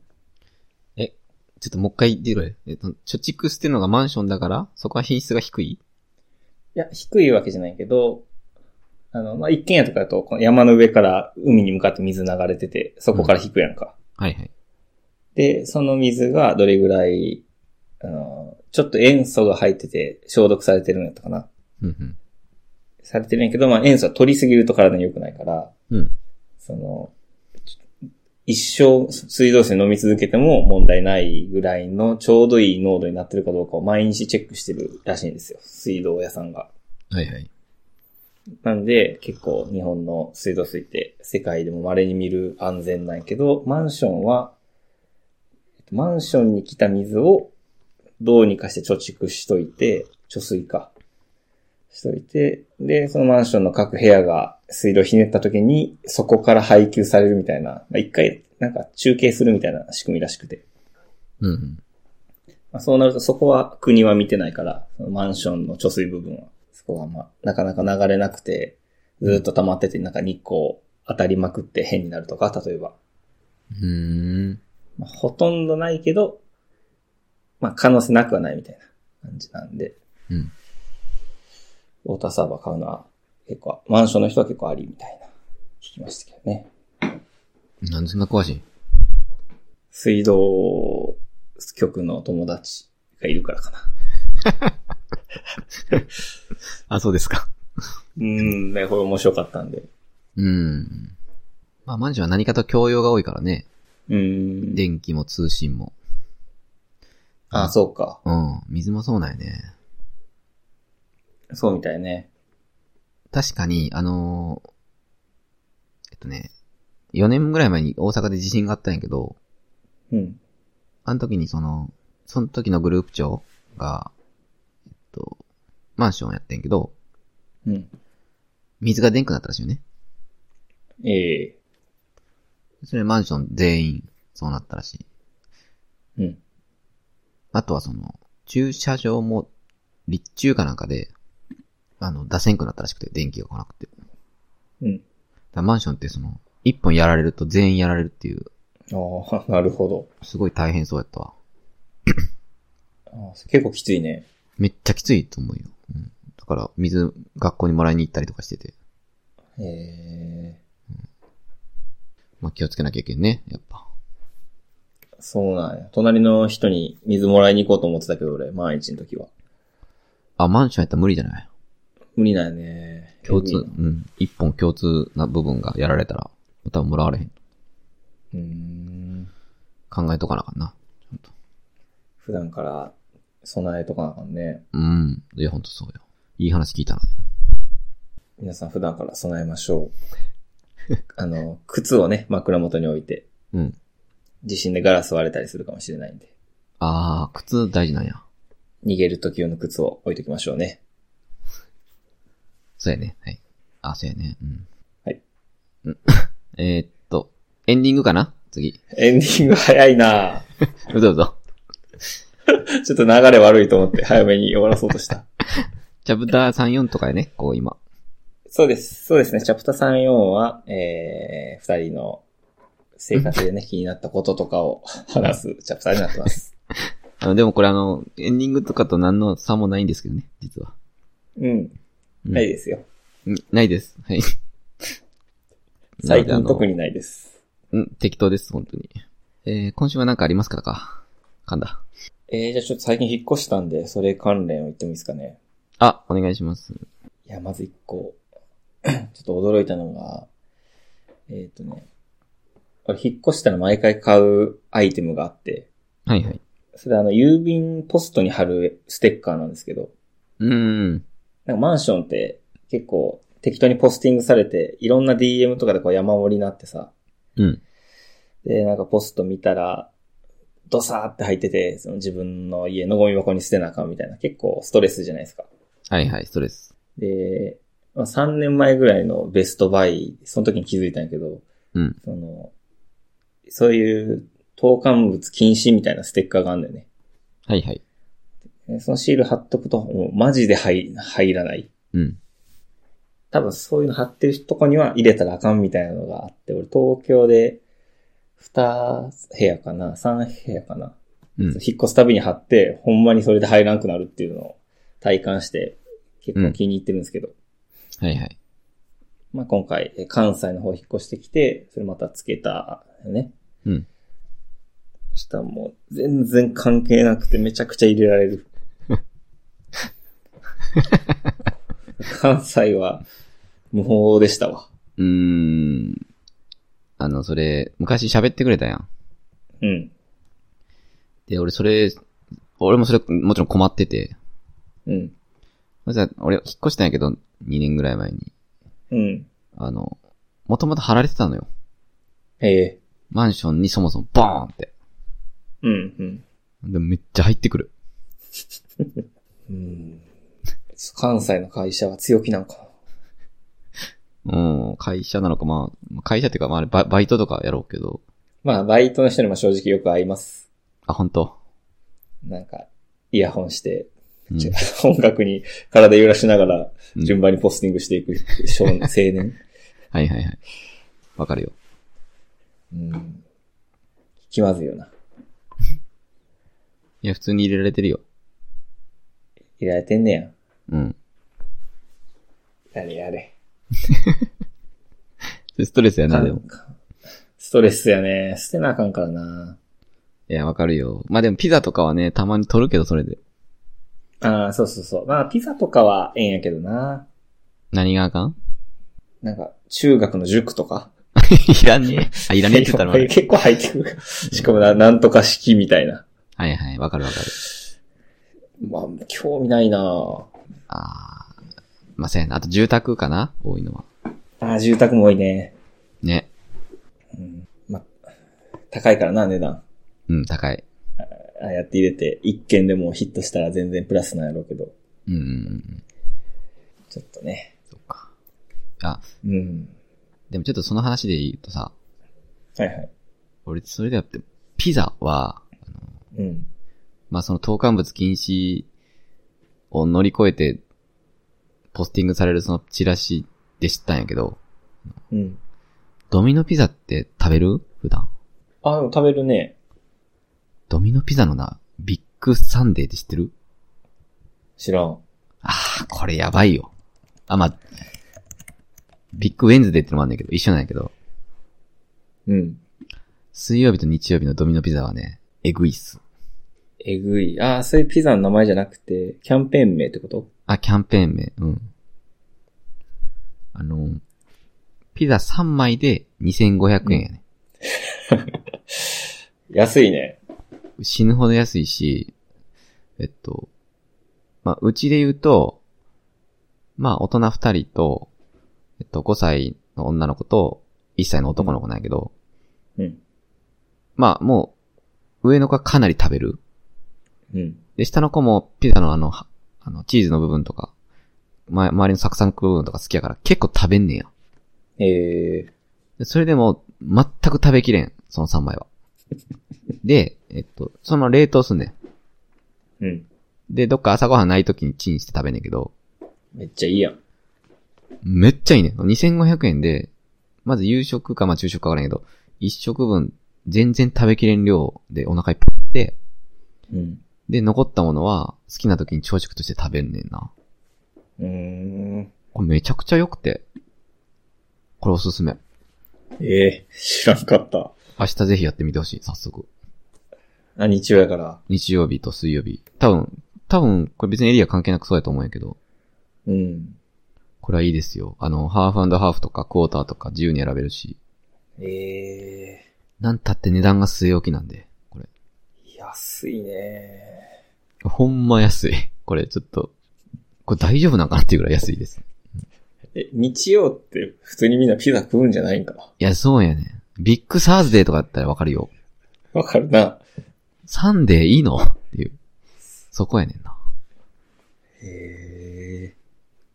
ちょっともう一回言ってくれ。えっと、貯蓄捨てるのがマンションだから、そこは品質が低いいや、低いわけじゃないけど、あの、まあ、一軒家とかだと、この山の上から海に向かって水流れてて、そこから引くやんか。はいはい。で、その水がどれぐらい、あの、ちょっと塩素が入ってて消毒されてるんやったかな。うんされてるんやけど、まあ、塩素は取りすぎると体に良くないから、うん。うん。その、一生水道水飲み続けても問題ないぐらいのちょうどいい濃度になってるかどうかを毎日チェックしてるらしいんですよ。水道屋さんが。はいはい。なんで、結構日本の水道水って世界でも稀に見る安全なんやけど、マンションは、マンションに来た水をどうにかして貯蓄しといて、貯水か。しといて、で、そのマンションの各部屋が水道ひねった時に、そこから配給されるみたいな、まあ一回なんか中継するみたいな仕組みらしくて。うんうん。まあ、そうなるとそこは国は見てないから、そのマンションの貯水部分は。そこはまあ、なかなか流れなくて、ずっと溜まってて、なんか日光当たりまくって変になるとか、例えば。うーん。まあ、ほとんどないけど、まあ可能性なくはないみたいな感じなんで、うん。ウォーターサーバー買うのは結構、マンションの人は結構ありみたいな、聞きましたけどね。なんでそんな詳しい水道局の友達がいるからかな。あ、そうですか。うん、ね、これ面白かったんで。うん。まあ、マンションは何かと共用が多いからね。うん。、電気も通信も。あ、そうか。うん。水もそうなんやね。そうみたいね。確かに、あのーえっとね、4年ぐらい前に大阪で地震があったんやけど、うん。あの時にその、その時のグループ長が、えっと、マンションやってんけど、うん。水が出んくなったらしいよね。ええそれマンション全員、そうなったらしい。うん。あとはその、駐車場も、立中かなんかで、あの、出せんくなったらしくて、電気が来なくて。だかうん。らマンションってその、一本やられると全員やられるっていう、あ <laughs> あ、なるほど。すごい大変そうやったわ。ああ結構きついね。めっちゃきついと思うよ。うん。だから、水、学校にもらいに行ったりとかしてて、ええまあ、気をつけなきゃいけんね、やっぱ。そうなんや。隣の人に水もらいに行こうと思ってたけど、俺、万一の時は。あ、マンションやったら無理じゃない無理だよね。共通、無う理だん。一本共通な部分がやられたら、多分もらわれへん。うーん。考えとかなあかんな。普段から備えとかなあかんね。うん。いや、ほんとそうよ。いい話聞いたな。皆さん普段から備えましょ <laughs> う。あの、靴をね、枕元に置いて、うん。地震でガラス割れたりするかもしれないんで、あー、靴大事なんや。逃げる時用の靴を置いときましょうね。そうやね。はい。あ、そうやね。うん。はい。うん。 <laughs> えーっと、エンディングかな次。エンディング早いなぁ。うぞうぞ。ちょっと流れ悪いと思って早めに終わらそうとした。チャプター3、4とかやね、こう今。そうです。そうですね。チャプター3、4は、えー、二人の生活でね、気になったこととかを話すチャプターになってます。あの、でもこれあの、エンディングとかと何の差もないんですけどね、実は。うん。うんないですよ。うんないです。はい。 <laughs> 最近特に。にないです。うん、適当です、本当に。えー、今週は何かありますかか。噛んだ。えー、じゃあちょっと最近引っ越したんで、それ関連を言ってもいいですかね。あ、お願いします。いや、まず一 <coughs> 個、ちょっと驚いたのが、えっ、ー、とね、俺引っ越したら毎回買うアイテムがあって、はいはい。それあの、郵便ポストに貼るステッカーなんですけど、うーん。なんかマンションって結構適当にポスティングされて、いろんな DM とかでこう山盛りになってさ、うん。で、なんかポスト見たら、ドサーって入ってて、その自分の家のゴミ箱に捨てなあかんみたいな、結構ストレスじゃないですか。はいはい、ストレス。で、まあ、3年前ぐらいのベストバイ、その時に気づいたんやけど、うん。その、そういう投函物禁止みたいなステッカーがあるんだよね。はいはい。でそのシール貼っとくと、もうマジで入入らない。うん。多分そういうの貼ってるとこには入れたらあかんみたいなのがあって、俺東京で二部屋かな三部屋かな、うん引っ越すたびに貼って、ほんまにそれで入らんくなるっていうのを体感して、結構気に入ってるんですけど。はいはい。まあ今回、え関西の方引っ越してきて、それまたつけた、ね。うん。そしたらもう、全然関係なくてめちゃくちゃ入れられ <laughs> る。関西は、無法でしたわ。うーん。あの、それ、昔喋ってくれたやん。うん。で、俺それ、俺もそれ、もちろん困ってて。うん。そしたら俺、引っ越したんやけど、2年ぐらい前に。うん。あの、もともと貼られてたのよ。ええマンションにそもそもボーンって。うん、うん。で、めっちゃ入ってくる。うん、関西の会社は強気なんかな。うん、会社なのか、まあ、会社っていうか、まああれ、バイバイトとかやろうけど。まあ、バイトの人にも正直よく会います。あ、本当なんか、イヤホンして、うんちょ音楽に体揺らしながら、うん順番にポスティングしていく <laughs> 少年、青年。はいはいはい。わかるよ。うん。気まずいよな。いや、普通に入れられてるよ。いられてんねや。うん。やれやれ。 <laughs> それストレスやな、でも。ストレスやね。捨てなあかんからな。いや、わかるよ。まあでも、ピザとかはね、たまに取るけど、それで。ああ、そうそうそう。まあ、ピザとかはええんやけどな。何があか <laughs> んなんか、中学の塾とか。いらねえ。あ、いらねえって言ったら悪い結構入ってくる。しかもな、なんとか式みたいな。はいはい、わかるわかる。まあ、興味ないなあー。まあ、そうやな。あと、住宅かな多いのは。ああ、住宅も多いね。ね。うん。まあ、高いからな、値段。うん、高い。ああやって入れて、一件でもヒットしたら全然プラスなんやろうけど、うんうんうん。ちょっとね。そっか。あ、うん。でもちょっとその話で言うとさ、はいはい。俺、それではって、ピザは、うん。まあその投函物禁止を乗り越えて、ポスティングされるそのチラシで知ったんやけど、うん。ドミノピザって食べる普段。あ、でも食べるね。ドミノピザのな、ビッグサンデーって知ってる知らん。ああ、これやばいよ。あ、まあ、ビッグウェンズデーってのもあるんだけど、一緒なんやけど、うん。水曜日と日曜日のドミノピザはね、エグいっす。えぐい。ああ、そういうピザの名前じゃなくて、キャンペーン名ってことあ、キャンペーン名、うん。あの、ピザ3枚で2500円やね。安いね。死ぬほど安いし、えっと、まあ、うちで言うと、まあ、大人二人と、えっと、5歳の女の子と、1歳の男の子なんやけど、うん。まあ、もう、上の子はかなり食べる。うん。で、下の子も、ピザのあの、はあの、チーズの部分とか、ま、周りのサクサク部分とか好きやから、結構食べんねんや。ええでそれでも、全く食べきれん、その3枚は。で、えっと、その冷凍すんねん。うん。で、どっか朝ごはんない時にチンして食べんねんけど、めっちゃいいやん。めっちゃいいね。2500円で、まず夕食か、まあ昼食かわからんけど、一食分、全然食べきれん量でお腹いっぱいで、うん。で、残ったものは好きな時に朝食として食べんねんな。うーん。これめちゃくちゃ良くて。これおすすめ。ええ知らんかった。明日ぜひやってみてほしい、早速。あ、日曜やから。日曜日と水曜日。多分、多分、これ別にエリア関係なくそうやと思うんやけど、うん。これはいいですよ。あの、ハーフハーフとかクォーターとか自由に選べるし、ええなんたって値段が据え置きなんで、これ。安いね。ほんま安い。これちょっと、これ大丈夫なんかなっていうぐらい安いです。え、日曜って普通にみんなピザ食うんじゃないんかないや、そうやね。ビッグサーズデーとかだったらわかるよ。わかるな。サンデーいいのっていう。そこやねんな。へえ。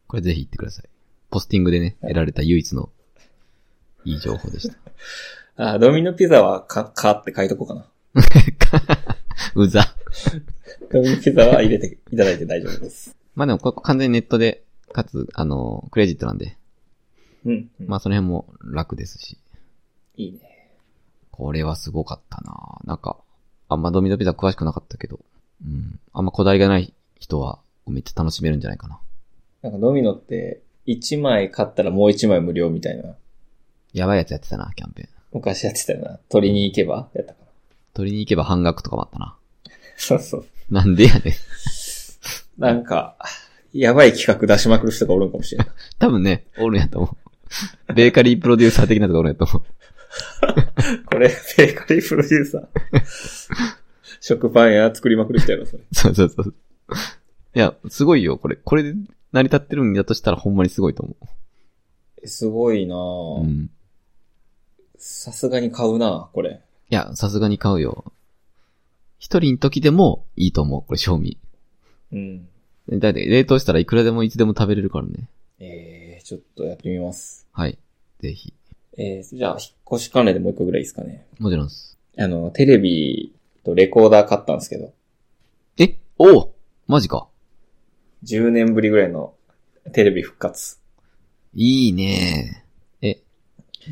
これぜひ行ってください。ポスティングでね、得られた唯一のいい情報でした。あ、ドミノピザはか、かって書いとこうかな。うざ。ドミノピザは入れていただいて大丈夫です。まあでもこれ完全にネットで、かつ、あの、クレジットなんで、うん。まあその辺も楽ですし、いいね。これはすごかったななんか、あんまドミノピザ詳しくなかったけど、うん。あんまこだわりがない人は、めっちゃ楽しめるんじゃないかな。なんかドミノって、1枚買ったらもう1枚無料みたいな。やばいやつやってたな、キャンペーン。昔やってたよな。取りに行けばやったかな。取りに行けば半額とかもあったな。そうそう。なんでやねん。 <laughs> なんか、やばい企画出しまくる人がおるんかもしれない。多分ね、おるんやと思う。ベーカリープロデューサー的なとこおるんやと思う。 <laughs> これ、ベーカリープロデューサー。 <laughs> 食パンや作りまくる人やろ、それ。そうそうそう。いや、すごいよ、これ。これで成り立ってるんだとしたらほんまにすごいと思えすごいなう。うぁ。ん。さすがに買うなぁ、これ。いや、さすがに買うよ。一人の時でもいいと思う、これ、賞味。うん。だって、冷凍したらいくらでもいつでも食べれるからね。えー、ちょっとやってみます。はい。ぜひ。えー、じゃあ、引っ越し関連でもう一個ぐらいいいですかね。もちろんです。あの、テレビとレコーダー買ったんですけど、えおうマジか。 10年ぶりぐらいのテレビ復活。いいねえ、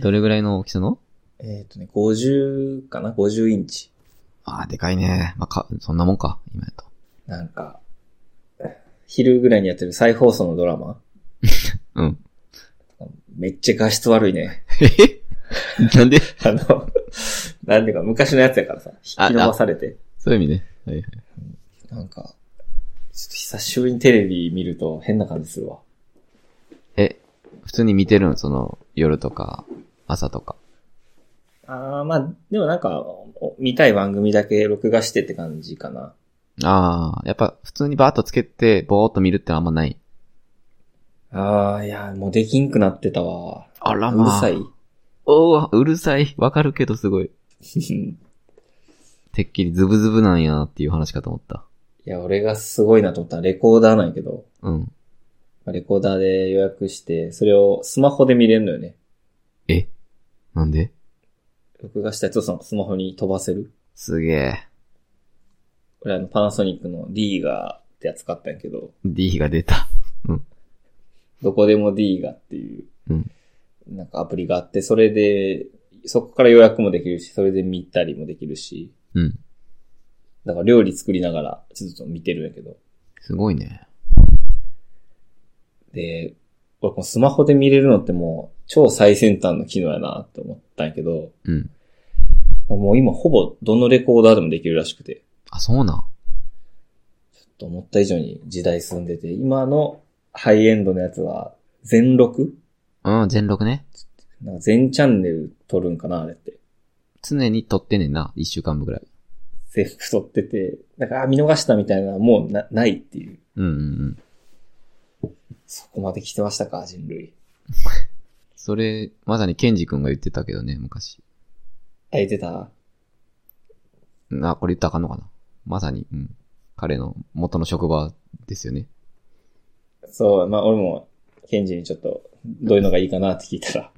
どれぐらいの大きさのえっ、とね、50かな ?50 インチ。ああ、でかいね。まあ、か、そんなもんか、今やと。なんか、昼ぐらいにやってる再放送のドラマうん。 <laughs> めっちゃ画質悪いね。えなんであの、なんていうか昔のやつやからさ、引き伸ばされて。そういう意味ね。はいはい。なんか、ちょっと久しぶりにテレビ見ると変な感じするわ。え、普通に見てるのその、夜とか、朝とか。あー、まあ、でもなんか、お見たい番組だけ録画してって感じかな。ああ、やっぱ普通にバーッとつけて、ぼーっと見るってのはあんまない。あー、いや、もうできんくなってたわ。あらうるさい。おおうるさい。わかるけどすごい。い <laughs> てっきりズブズブなんやなっていう話かと思った。や、俺がすごいなと思ったのはレコーダーなんやけど、うん。まあレコーダーで予約して、それをスマホで見れるのよね。えなんで録画したやつをそのスマホに飛ばせる。すげえ。俺あのパナソニックの D がってやつ買ったんやけど、 D が出た。どこでも D がっていう、うんなんかアプリがあって、それで、そこから予約もできるし、それで見たりもできるし、うん。だから料理作りながらずっと見てるんやけど。すごいね。で、俺このスマホで見れるのってもう超最先端の機能やなって思ったんやけど、うん。もう今ほぼどのレコーダーでもできるらしくて、あ、そうなん。と思った以上に時代進んでて、今のハイエンドのやつは全録うん、全録ね。なんか全チャンネル撮るんかなあれって。常に撮ってんねんな。一週間分ぐらい。全部撮ってて、だからあ見逃したみたいなのはもうなないっていう。うんうんうん。そこまで来てましたか、人類。それ、まさにケンジ君が言ってたけどね、昔。あ、言ってたな、これ言ったらあかんのかな。まさに、うん。彼の元の職場ですよね。そう、まあ俺も、ケンジにちょっと、どういうのがいいかなって聞いたら、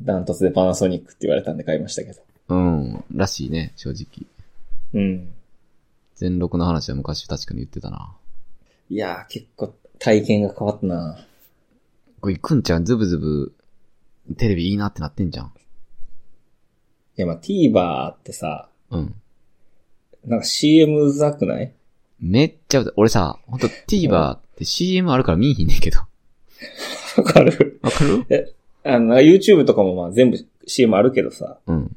ダントツでパナソニックって言われたんで買いましたけど。うん、らしいね、正直。うん。全録の話は昔確かに言ってたな。いやー、結構体験が変わったなこれ行くんちゃん、ズブズブ、テレビいいなってなってんじゃん。いや、まあ TVer ってさ、うん。なんか CM うざくないめっちゃ、俺さ、ほんと TVer って CM あるから見いひんねんけど。わかるわかるあの、YouTube とかもまあ全部 CM あるけどさ、うん。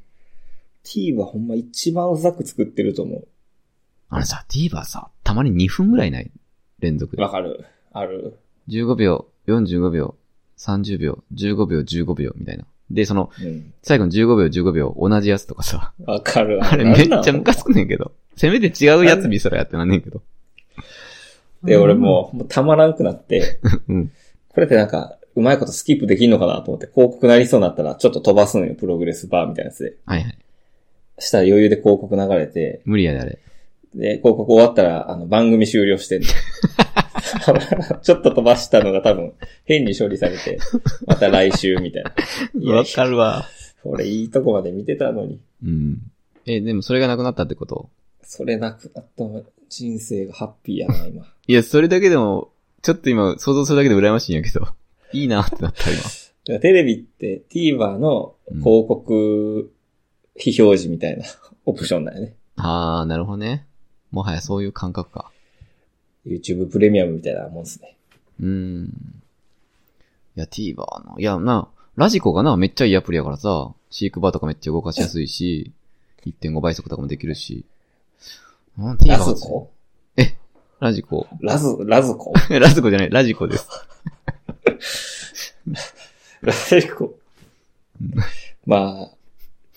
TVer ほんま一番うざく作ってると思あのさ、TVer さ、たまに2分ぐらいない連続う。でわ。かるある。 15秒、45秒、30秒、15秒、15秒みたいな。で、その、うん。最後の15秒、15秒、同じやつとか <laughs> さ。わかる。あれめっちゃムカ昔つくねんけど。せめて違うやつ見せろやってなんねんけど。で、俺もう、もうたまらんくなって、 <laughs> うんこれってなんか、うまいことスキップできんのかなと思って、広告なりそうになったら、ちょっと飛ばすのよ、プログレスバーみたいなやつで。うん。はいはい。したら余裕で広告流れて、無理やであれ。で、広告終わったら、あの、番組終了して <laughs> んのちょっと飛ばしたのが多分、変に処理されて、また来週みたいな。いやわかるわ。俺、いいとこまで見てたのに、うん。え、でもそれがなくなったってことそれなくなった人生がハッピーやな、今。いや、それだけでも、ちょっと今、想像するだけで羨ましいんやけど。いいなってなった今。だからテレビって TVer の広告非表示みたいな <laughs> オプションだよね。あー、なるほどね。もはやそういう感覚か。 YouTube プレミアムみたいなもんですね。うーん。いや、TVer の。いや、な、ラジコがな、めっちゃいいアプリやからさ、飼育バーとかめっちゃ動かしやすいし、1.5倍速とかもできるし。うん、TVer ラがズ強いコラジコ。 <laughs> ラズ、ラズコラジコじゃない、ラジコです。ラジコ。ま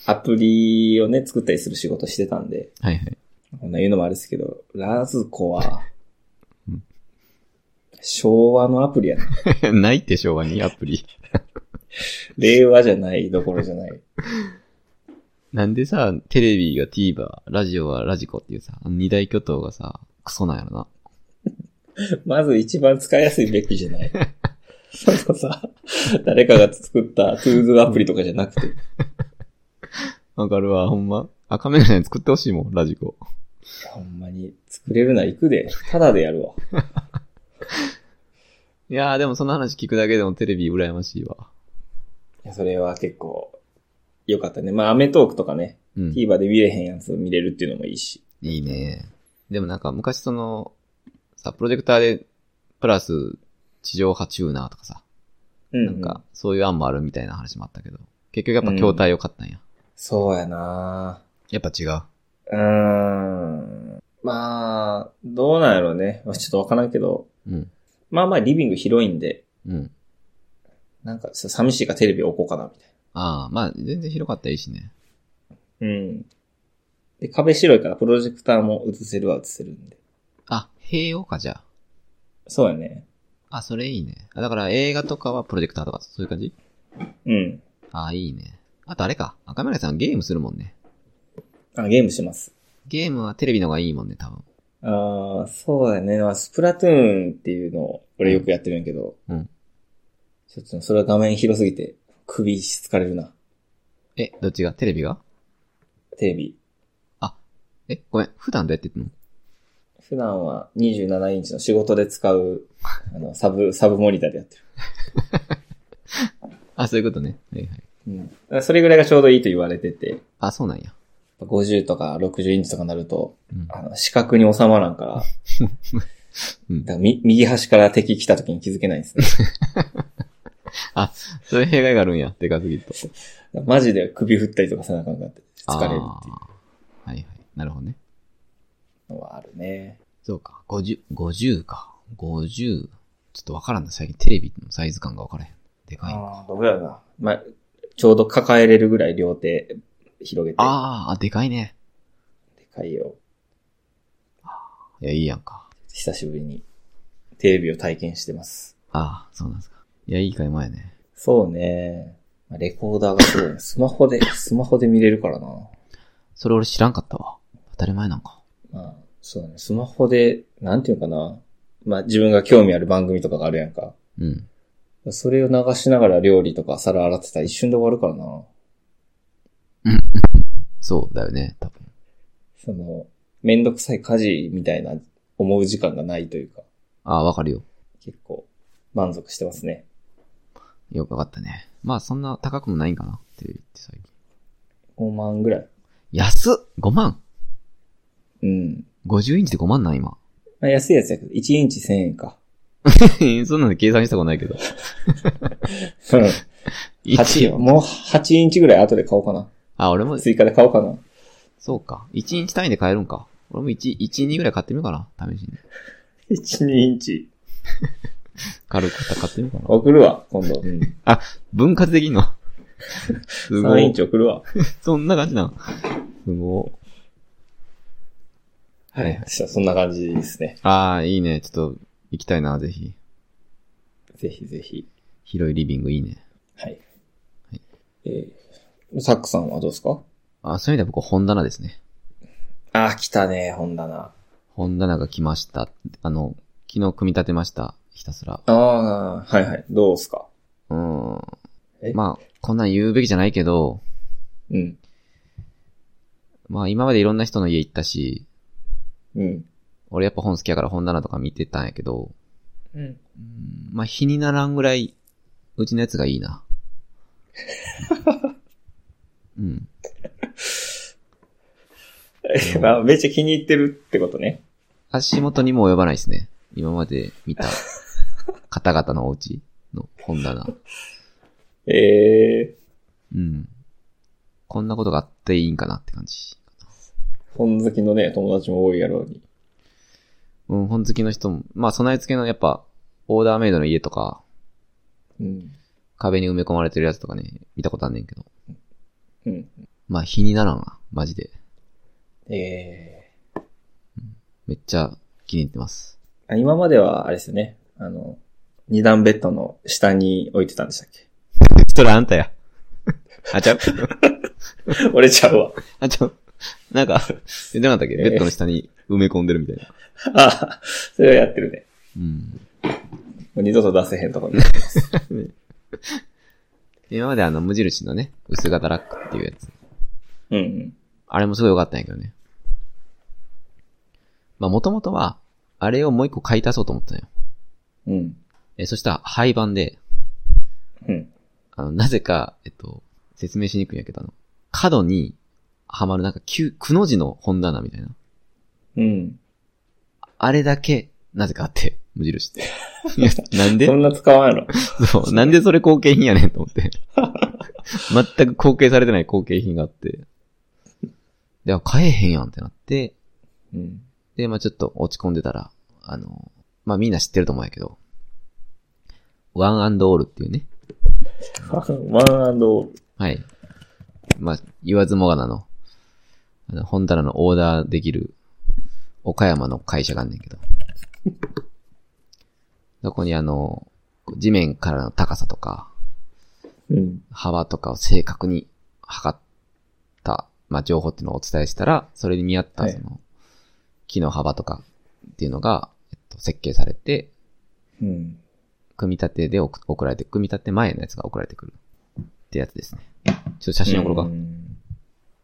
あ、アプリをね、作ったりする仕事してたんで、はいはい。こんな言うのもあれですけど、ラズコはうん、昭和のアプリやね。ない <laughs> って昭和にアプリ。令和じゃないどころじゃない。なんでさ、テレビが TVer、ラジオはラジコっていうさ、あの二大巨頭がさ、クソなんやろな。まず一番使いやすいべきじゃない。 <laughs> そのさ、誰かが作ったトゥーズアプリとかじゃなくて、わかるわ、ほんま。赤メガネ作ってほしいもん、ラジコ。ほんまに作れるなら行くで、ただでやるわ。いやーでもその話聞くだけでもテレビ羨ましいわ。いやそれは結構良かったね。まあ、アメトークとかね、うん。 TVer で見れへんやつを見れるっていうのもいいし。いいね。でもなんか昔その、さ、プロジェクターで、プラス、地上波チューナーとかさ、うん、なんか、そういう案もあるみたいな話もあったけど、結局やっぱ筐体良かったんや。そうやなやっぱ違う。うーん。まあ、どうなんやろうね。まあちょっとわからんけど。うん。まあまあ、リビング広いんで、うん。なんかさ寂しいからテレビ置こうかな、みたいああ、まあ、全然広かったらいいしね。な。うん。で、壁白いからプロジェクターも映せるは映せるんで。あ、併用か、じゃあ。そうやね。あ、それいいね。あだから映画とかはプロジェクターとか、そういう感じうん。あ、いいね。あとあれか。赤村さんゲームするもんね。あ、ゲームします。ゲームはテレビの方がいいもんね、多分。ああ、そうだね。まあスプラトゥーンっていうのを俺よくやってるんやけど。うん。ちょっとそれは画面広すぎて首しつかれるな。え、どっちがテレビがテレビ。え、ごめん。普段どうやってやってんの普段は27インチの仕事で使う、あの、サブ、サブモニターでやってる。あ、そういうことね。はいはい。うん。だからそれぐらいがちょうどいいと言われてて、あ、そうなんや。 50とか60インチとかなると、うん。あの、視覚に収まらんから、うんだからみ右端から敵来た時に気づけない <laughs> んですね。そういう弊害があるんや、でかすぎる <laughs> と。だからマジで首振ったりとか背中になって疲れるっていあーはいはい。なるほどね。うのはあるね。そうか。50、50か。50。ちょっとわからんな。最近テレビのサイズ感がわからへん。でかい。あああ、どこやろな。まあ、ちょうど抱えれるぐらい両手広げて。あー、あでかいね。でかいよ。いや、いいやんか。久しぶりにテレビを体験してます。ああ、そうなんですか。いや、いい買い物やね。そうね。まあレコーダーがすごいね。スマホで、スマホで見れるからな。それ俺知らんかったわ。当たり前なんか。まあ、そうだね。スマホで、なんていうのかな。まあ自分が興味ある番組とかがあるやんか。うん。それを流しながら料理とか皿洗ってたら一瞬で終わるからな。そうだよね、多分。その、めんどくさい家事みたいな思う時間がないというか、ああ、わかるよ。結構満足してますね。よくわかったね。まあ、そんな高くもないんかな。テレビって最近。 5万ぐらい。安っ !5 万うん。 !50 インチで5万なん、今。 <laughs> まあ、安いやつやけど、1インチ1000円か。そんなの計算したことない <laughs> けど。八一もう8インチぐらい後で買おうかな。 <laughs> あ、俺も、追加で買おうかな。そうか。1日単位で買えるんか。俺も1、1、2ぐらい買ってみようかな。試しに。 1、2インチ。軽く買ってみようかな。送るわ、今度。分割できん <laughs> のすご3インい。チ送るわ。そんな感じなん。すごい。はい。そんな感じですね。ああ、いいね。ちょっと、行きたいな、ぜひ。ぜひぜひ。広いリビングいいね。はい。えー、サックさんはどうですかあ、そういう意味では僕、本棚ですね。あー、来たね、本棚。本棚が来ました。あの、昨日組み立てました。ひたすら。あー、はいはい。どうですかうーえん。まあ、こんなん言うべきじゃないけど、うん。まあ、今までいろんな人の家行ったし、うん。俺やっぱ本好きやから本棚とか見てたんやけど、うん。う <laughs> んまあ、日にならんぐらい、うちのやつがいいな。うん。え <laughs> まあ、めっちゃ気に入ってるってことね。足元にも及ばないですね。今まで見 <laughs> た方々のお家の本棚。ええうん。こんなことがあっていいんかなって感じ。本好きのね、友達も多いやろうに。うん、本好きの人も、まあ備え付けのやっぱ、オーダーメイドの家とか、うん。壁に埋め込まれてるやつとかね、見たことあんねんけど。うん。まあ、日にならんわ、マジで。ええめっちゃ気に入ってます。あ今までは、あれですよね。あの、二段ベッドの下に置いてたんでしたっけ <laughs> それあんたや。あちゃう俺ちゃうわ。あちゃうなんか、えなかったっけベッドの下に埋め込んでるみたいな。ああ、それはやってるね。うん。もう二度と出せへんとこに。今まであの、無印のね、薄型ラックっていうやつ。うんうん。あれもすごい良かったんやけどね。まあ、もともとは、あれをもう一個買い足そうと思ったのよ。うん。え、そしたら、廃盤で、うん。あの、なぜか、えっと、説明しにくいんやけど、あの、角に、はまるなんか、九、くの字の本棚みたいな。うん。あれだけ、なぜかあって、無印って。いや <laughs> なんでそんな使わんやろ。 <laughs> そう、なんでそれ後継品やねんと思 <laughs> って。全く後継されてない後継品があって。では、買えへんやんってなって、うん。で、まあちょっと落ち込んでたら、あの、まあみんな知ってると思うんやけど、ワンアンドオールっていうね、ワンアンドオール。はい。まあ、言わずもがなの、あの、本棚のオーダーできる、岡山の会社があんねんけど。そこにあの、地面からの高さとか、うん。幅とかを正確に測った、まあ、情報っていうのをお伝えしたら、それに見合ったはいその、木の幅とかっていうのが、えっと、設計されて、うん。組み立てで送送られて、組み立て前のやつが送られてくるってやつですね。ちょっと写真送ろうか。う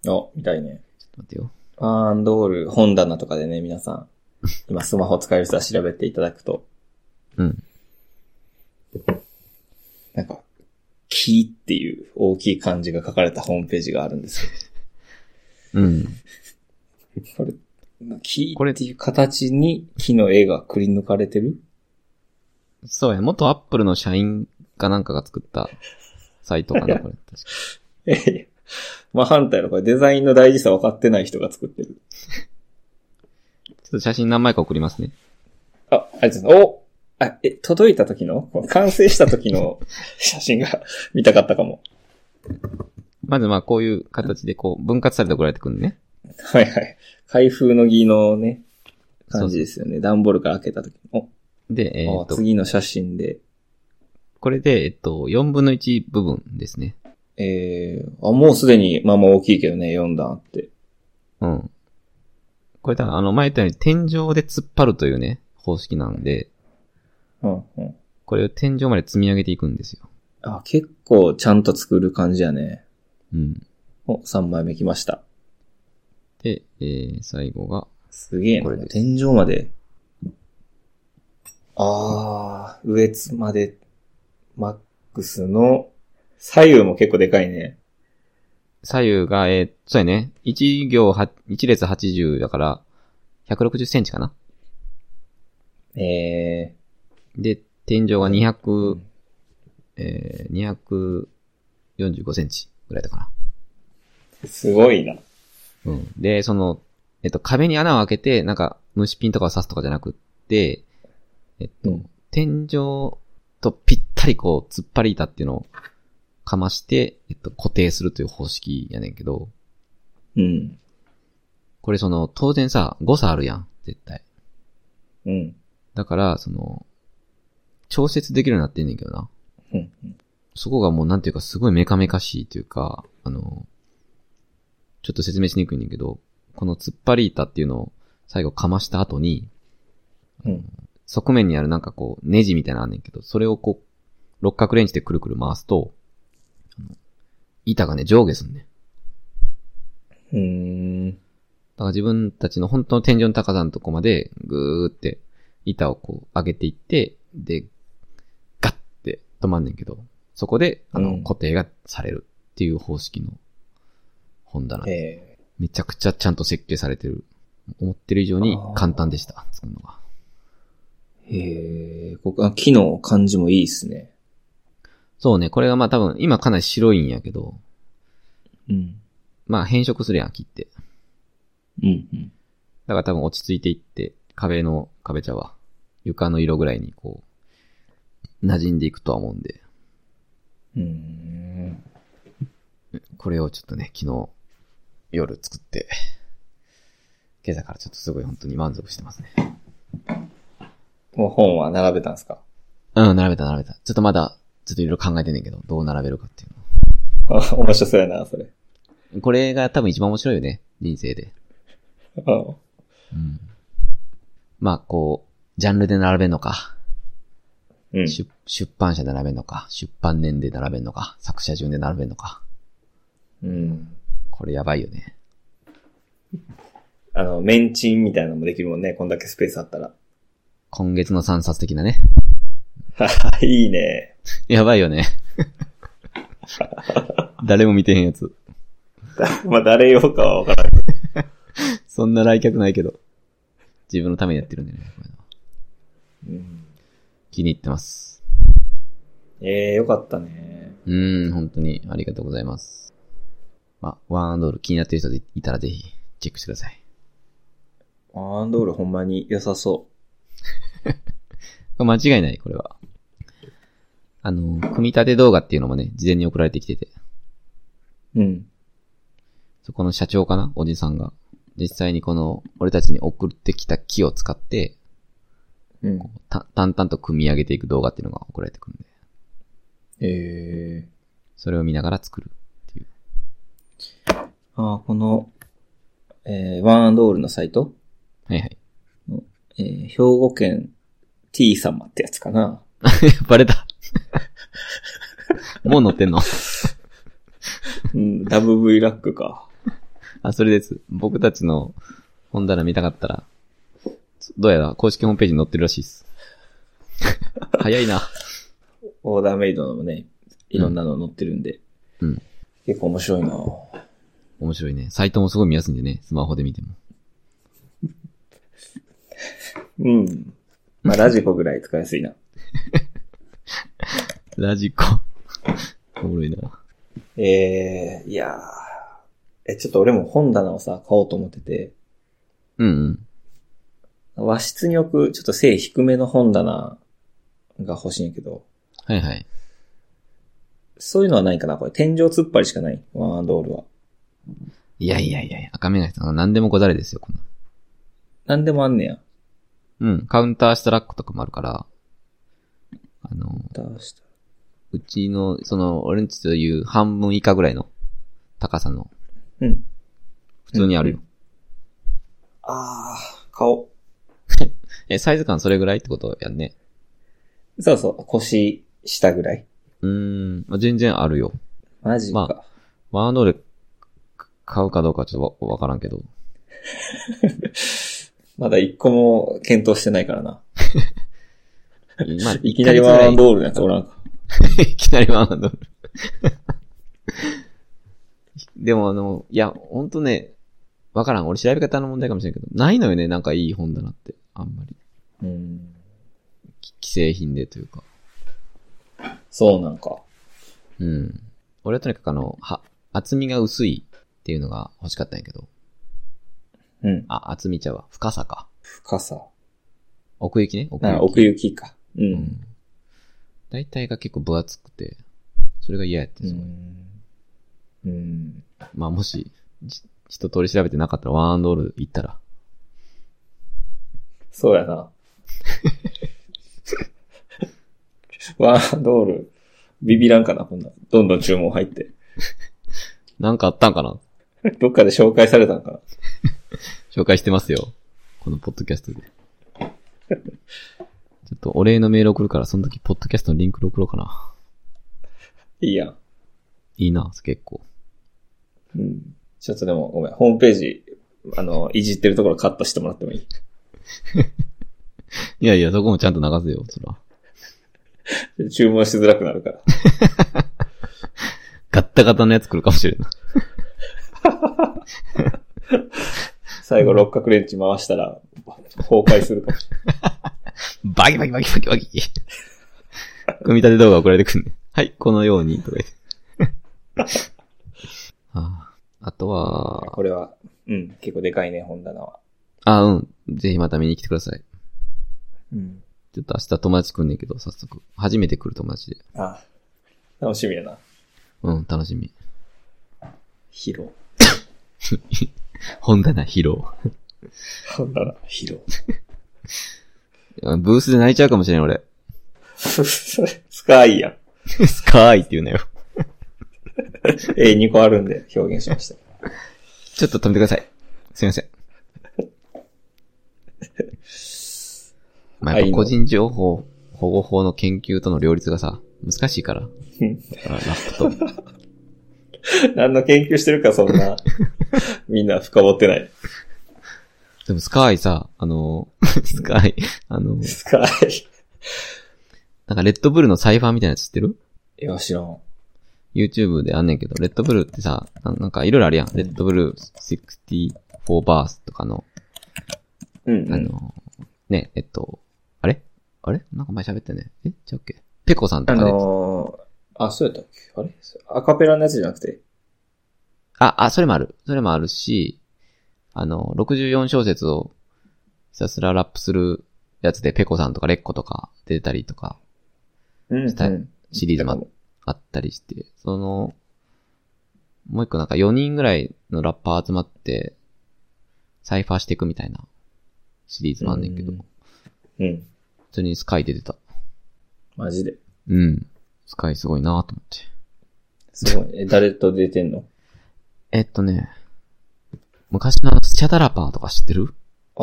ちょん。あ、見たいね。っと待ってよ。ワンアンドオール、本棚とかでね、皆さん。今、スマホ使える人は調べていただくと。うん。なんか、木っていう大きい漢字が書かれたホームページがあるんですうん。けど、これ、木っていう形に木の絵がくり抜かれてる <laughs> そうや、元アップルの社員かなんかが作ったサイト <laughs> かな、これ。確かええ。まあ反対のこれデザインの大事さ分かってない人が作ってる。ちょっと写真何枚か送りますね。あ、あれですね。おあ、え、届いた時のこの完成した <laughs> 時の写真が見たかったかも。まずまあ、こういう形でこう、分割されて送られてくるね。はいはい。開封の儀のね、感じそうですよね。段ボールから開けた時。お、で、えーっあと、次の写真で。これで、えっと、4分の1部分ですね。えー、あ、もうすでに、まあまあ大きいけどね、4段あって。うん。これ、だから、あの、前言ったように天井で突っ張るというね、方式なんで、うんうん。これを天井まで積み上げていくんですよ。あ、結構ちゃんと作る感じやね。うん。お、3枚目来ました。で、えー、最後が、すげえな。これです天井まで。あー、上つまで、マックスの、左右も結構でかいね。左右が、えー、そうやね、1行は、1列80だから、160センチかな。えで、天井がー200、、えー、245センチぐらいだから。すごいな。うん。で、その、えっと、壁に穴を開けて、なんか、虫ピンとかを刺すとかじゃなくって、えっと、うん天井とぴったりこう、突っ張り板っていうのをかまして、えっと、固定するという方式やねんけど、うん。これその、当然さ、誤差あるやん、絶対。うん。だから、その、調節できるようになってんねんけどな。うん。そこがもうなんていうかすごいメカメカしいというか、あの、ちょっと説明しにくいねんだけど、この突っ張り板っていうのを最後かました後に、うん。側面にあるなんかこう、ネジみたいなのあんねんけど、それをこう、六角レンチでくるくる回すと、あの板がね、上下すんねん。うーん。だから自分たちの本当の天井の高さのとこまで、ぐーって、板をこう、上げていって、で、ガッて止まんねんけど、そこで、あうの、ん固定がされるっていう方式の本棚。えめちゃくちゃちゃんと設計されてる。思ってる以上にあー簡単でした、作るのが。ー、えー、ここ、あ、木の感じもいいですね。そうね、これがまあ多分、今かなり白いんやけど、うん。まあ変色するやん、切って。うん、うん。だから多分落ち着いていって、壁の、壁茶は、床の色ぐらいにこう、馴染んでいくとは思うんで、うーん。これをちょっとね、昨日、夜作って、今朝からちょっとすごい本当に満足してますね。もう本は並べたんですかうん、並べた並べた。ちょっとまだ、ちょっといろいろ考えてんねんけど、どう並べるかっていう面白そうやな、それ。の。これが多分一番面白いよね、人生で。うんうん。まあ、こう、ジャンルで並べるのか、うん。出出版社で並べるのか、出版年で並べるのか、作者順で並べるのか。うん。これやばいよね。あの、メンチンみたいなのもできるもんね、こんだけスペースあったら。今月の3冊的なね。いいね。やばいよね。誰も見てへんやつ。まあ、誰用かはわからん。そんな来客ないけど。自分のためにやってるんでね。こういうのはうん、気に入ってます。ええよかったね。うーん、本当にありがとうございます。まあ、ワンアンドール気になってる人いたらぜひチェックしてください。アンドールほんまに良さそこれ間違いない、これは。あの、組み立て動画っていうのもね、事前に送られてきてて。う。うん。そこの社長かなおじさんが。実際にこの、俺たちに送ってきた木を使って、うん。た淡々と組み上げていく動画っていうのが送られてくるんで、ええそれを見ながら作る。ああ、この、えー、ワンアンドールのサイトはいはい。 <laughs> えー、兵庫県 T 様ってやつかな。バレた。 <laughs> もう乗ってんのうん、WV ラックか。あ、それです。僕たちの本棚見たかったら、どうやら公式ホームページに載ってるらしいです。早いな。オーダーメイドのもね、いろんなの載ってるんで。うん。結構面白いな面白いね。サイトもすごい見やすいんでね、スマホで見ても。うん。まあ、ラジコぐらい使いやすいな。ラジコ。おもろいな。ええいやーえ、ちょっと俺も本棚をさ、買おうと思ってて、うんうん。和室に置く、ちょっと背低めの本棚が欲しいんやけど、はいはい。そういうのはないかなこれ、天井突っ張りしかない。ワンアンドールは。いやいやいやいや、赤目がさん、何でもござれですよ、こんななんでもあんねや。の。うん、カウンター下ラックとかもあるから、あの、出したうちの、その、俺んちという半分以下ぐらいの高さの、うん。普通にあるよ。あー、顔。え、サイズ感それぐらいってことやんね。そうそう、腰下ぐらい。うーん、まあ、全然あるよ。マジか。まワンドール買うかどうかちょっとわわからんけど。まだ一個も検討してないからな。まあ <laughs> いきなりワンアンドールのやつおらんか。 <laughs> いきなりワンハンドル。 <laughs> でもあの、いや、ほんとね、わからん。俺調べ方の問題かもしれんけど、ないのよね、なんかいい本だなって、あんまり。うん。き既製品でというか。そうなんか。うん。俺はとにかくあの、は、厚みが薄いっていうのが欲しかったんやけど、うん。あ、厚みちゃうわ。深さか。深さ。奥行きね、奥な行き。奥行きか。う。うんん。大体が結構分厚くて、それが嫌やって、うすごい。ん。うん。まあもし、じ一通り調べてなかったらワンアンドール行ったら、そうやな。 <laughs> ワンドール、ビビらんかな、こんなん。どんどん注文入って。なんかあったんかなどっかで紹介されたんかな。紹介してますよ。このポッドキャストで。 <laughs> ちょっとお礼のメール送るから、その時ポッドキャストのリンク送ろうかな。いいやん。いいな、結構。うん。ちょっとでも、ごめん。ホームページ、あの、いじってるところカットしてもらってもいいいやいや、そこもちゃんと流せよ、そら。注文しづらくなるから。ガッタガタのやつ来るかもしれんない。最後六角レンチ回したら、崩壊するかもしれバキバキバキバキバキ。組み立て動画送られてくんね。はい、このように、とか言って。 <laughs> あああとない。は、これは、うん、結構でかいね、本棚は。あ、うん。ぜひまた見に来てください。うん。ちょっと明日友達来んねんけど、早速。初めて来る友達で。ああ楽しみやな。うん、楽しみ。疲労。本棚披露。本棚、疲労。ブースで泣いちゃうかもしれん、俺。 <laughs> それ、 <laughs> スカイやん。スカーイって言うなよ。え、2個あるんで表現しま <laughs> した。ちょっと止めてください。すいません。まあ、やっぱ個人情報保護法の研究との両立がさ、難しいから。うんだからラップと。 <laughs> 何の研究してるか、そんな。みんな深掘ってない。でもスカーイさ、あの、 <laughs> スカーイ、あの、スカイ。なんかレッドブルのサイファーみたいなやつ知ってるいや、知らん。 YouTube であんねんけど、レッドブルってさ、ななんかいろいろあるやん。レッドブル64バースとかの、うん、あうん。の、ね、えっと、あれあれなんか前喋ったよね。えちゃうっけペコさんとあかで、のー、あ、そうやったっけあれアカペラのやつじゃなくて。あ、あ、それもある。それもあるし、あの、64小節をひたすらラップするやつで、ペコさんとかレッコとか出てたりとか、うん、したうん。シリーズもああったりして、その、もう一個なんか4人ぐらいのラッパー集まって、サイファーしていくみたいなシリーズもあんねんけど、うん普うん。通にスカイ出てた。マジで。うん。スカイすごいなと思って。すごいね。え誰と出てんのえっとね、昔のあのスチャダラパーとか知ってるあ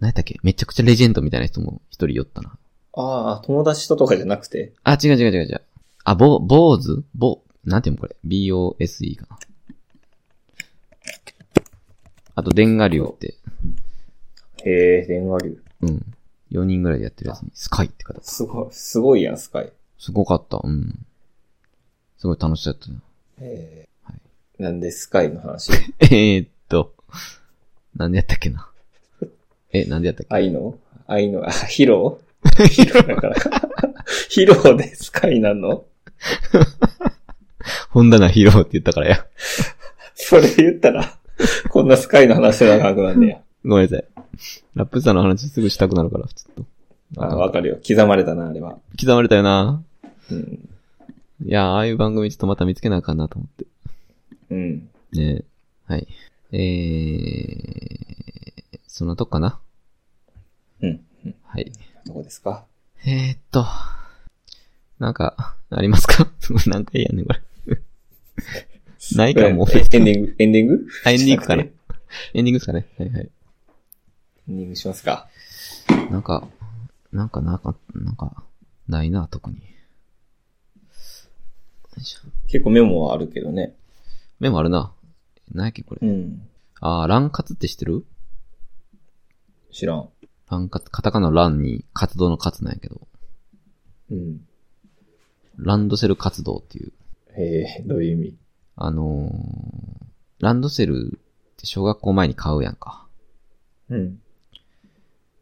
何やったっけめちゃくちゃレジェンドみたいな人も一人寄ったな。あ。ああ、友達ととかじゃなくて。あ、違う違う違う違う。あ、ぼ、坊主ぼ、なんていうのこれ ?B-O-S-E かな。あと、電ガ流って、へえ、電話流。うん。4人ぐらいでやってるやつに、スカイって方。すごい、すごいやん、スカイ。すごかった。うん。すごい楽しかったな。 <laughs> えーはいなんでスカイ <laughs> の話えーっと、なんでやったっけな。え、なんでやったっけ愛の愛の、あ、ヒロヒロだから。 <laughs> ヒロでスカイなの本棚披露って言ったからや。それ言ったら、こんなスカイの話じゃなくなんねや。ごめんなさい。ラップさんの話すぐしたくなるから、ちょっと。あなんわかかるよ。刻まれたな、あれは。刻まれたよな。うん。いやー、ああいう番組ちょっとまた見つけなあかんなと思って。うん。ねえはい。えー、そんなとこかなうん。はい。どこですかえー、っと、なんか、ありますか <laughs> 何回やんねん、これ。ないかもえエンディング、エンディングあエンディングかな <laughs> エエンディングですかねはいはい。ンディングしますか。なんか、なんか、なんか、なんか、ないな、特に。よいしょ結構メモはあるけどね。メモあるな。何やっけ、これ。うん。あー、乱活って知ってる知らん。乱活、カタカナの乱に活動の活なんやけど、うん。ランドセル活動っていう、へえ、どういう意味あのー、ランドセルって小学校前に買うやんか。うん。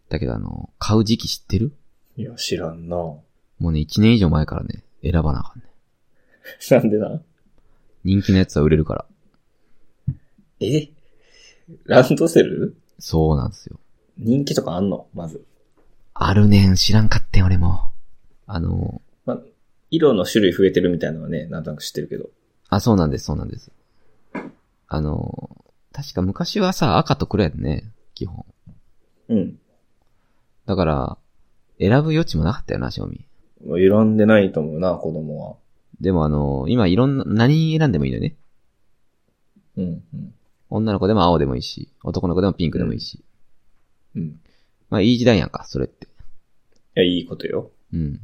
だけどあの、買う時期知ってるいや、知らんな。もうね、1年以上前からね、選ばなあかんね。なんでな人気のやつは売れるから。えランドセルそうなんですよ。人気とかあんのまず。あるねん、知らんかってん、俺も。あの、ま、色の種類増えてるみたいなのはね、なんとなく知ってるけど。あ、そうなんです、そうなんです。あの、確か昔はさ、赤と黒やんね、基本。うん。だから、選ぶ余地もなかったよな、正味。もう選んでないと思うな、子供は。でもあの、今いろんな、何選んでもいいのよね。うん。うん。女の子でも青でもいいし、男の子でもピンクでもいいし。うん。いまあ、いい時代やんか、それって。や、いいことよ。うん。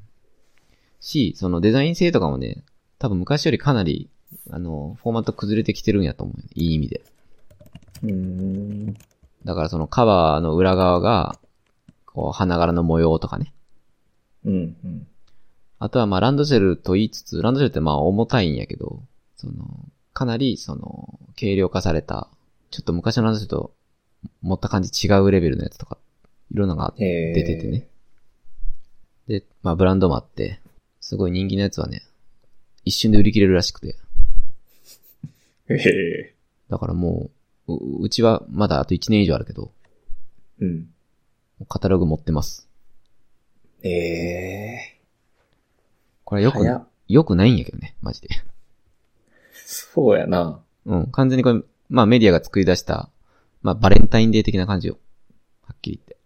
し、そのデザイン性とかもね、多分昔よりかなり、あの、フォーマット崩れてきてるんやと思うよ。いい意味で。うーん。だからそのカバーの裏側が、こう、花柄の模様とかね。うん。うん。あとはまあランドセルと言いつつ、ランドセルってまあ重たいんやけど、その、かなりその、軽量化された、ちょっと昔のランドセルと持った感じ違うレベルのやつとか、いろんなのがへー出ててね。で、まあブランドもあって、すごい人気のやつはね、一瞬で売り切れるらしくて。へえ。だからもう、ううちはまだあと1年以上あるけど、うん。カタログ持ってます。ええ。これよく早なっ、よくないんやけどね、マジで。そうやな。うん、完全にこれ、まあメディアが作り出した、まあバレンタインデー的な感じよ。はっきり言って。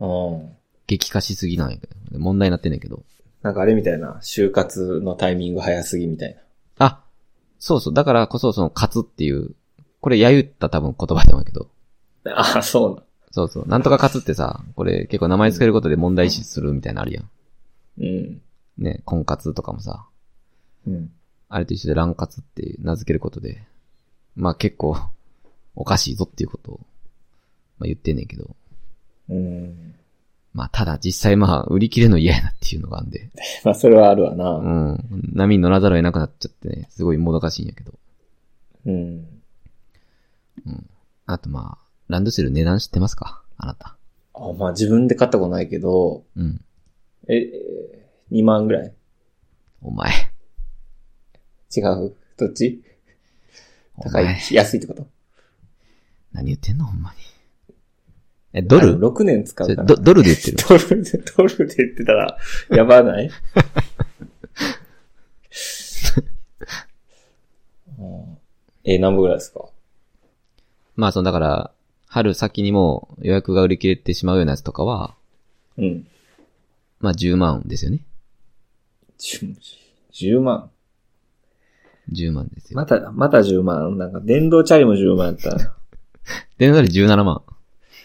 うん。激化しすぎなんやけど、問題になってんねんけど。なんかあれみたいな、就活のタイミング早すぎみたいな。あ、そうそう、だからこそその、勝つっていう、これ、やゆった多分言葉やと思うけど。ああ、そうそうそう、なんとか勝つってさ、これ結構名前つけることで問題視するみたいなのあるやん。な。うん。ね、婚活とかもさ、うん。あれと一緒で乱活って名付けることで、まあ結構、おかしいぞっていうことを、まあ言ってんねんけど。うん。まあただ実際まあ売り切れるの嫌やなっていうのがあんで。まあ、それはあるわうな。ん。波に乗らざるを得なくなっちゃってね、すごいもどかしいんやけど。うん。あとまあ、ランドセル値段知ってますかあなた。あまあ、自分で買ったことないけど、うん。え、え2万ぐらいお前。違うどっちお高い前。安いってこと何言ってんのほんまに。え、ドル ?6 年使そうれから。ドドルで言ってる。ドルで、ドルで言ってたら、やばない <laughs> うんえ、何分ぐらいですかまあそのだから、春先にもう予約が売り切れてしまうようなやつとかは、うん。まあ10万ですよね。 10 10万。 10万ですよ。また、また10万。なんか、電動チャリも10万やっ <laughs> たら。電話で17万。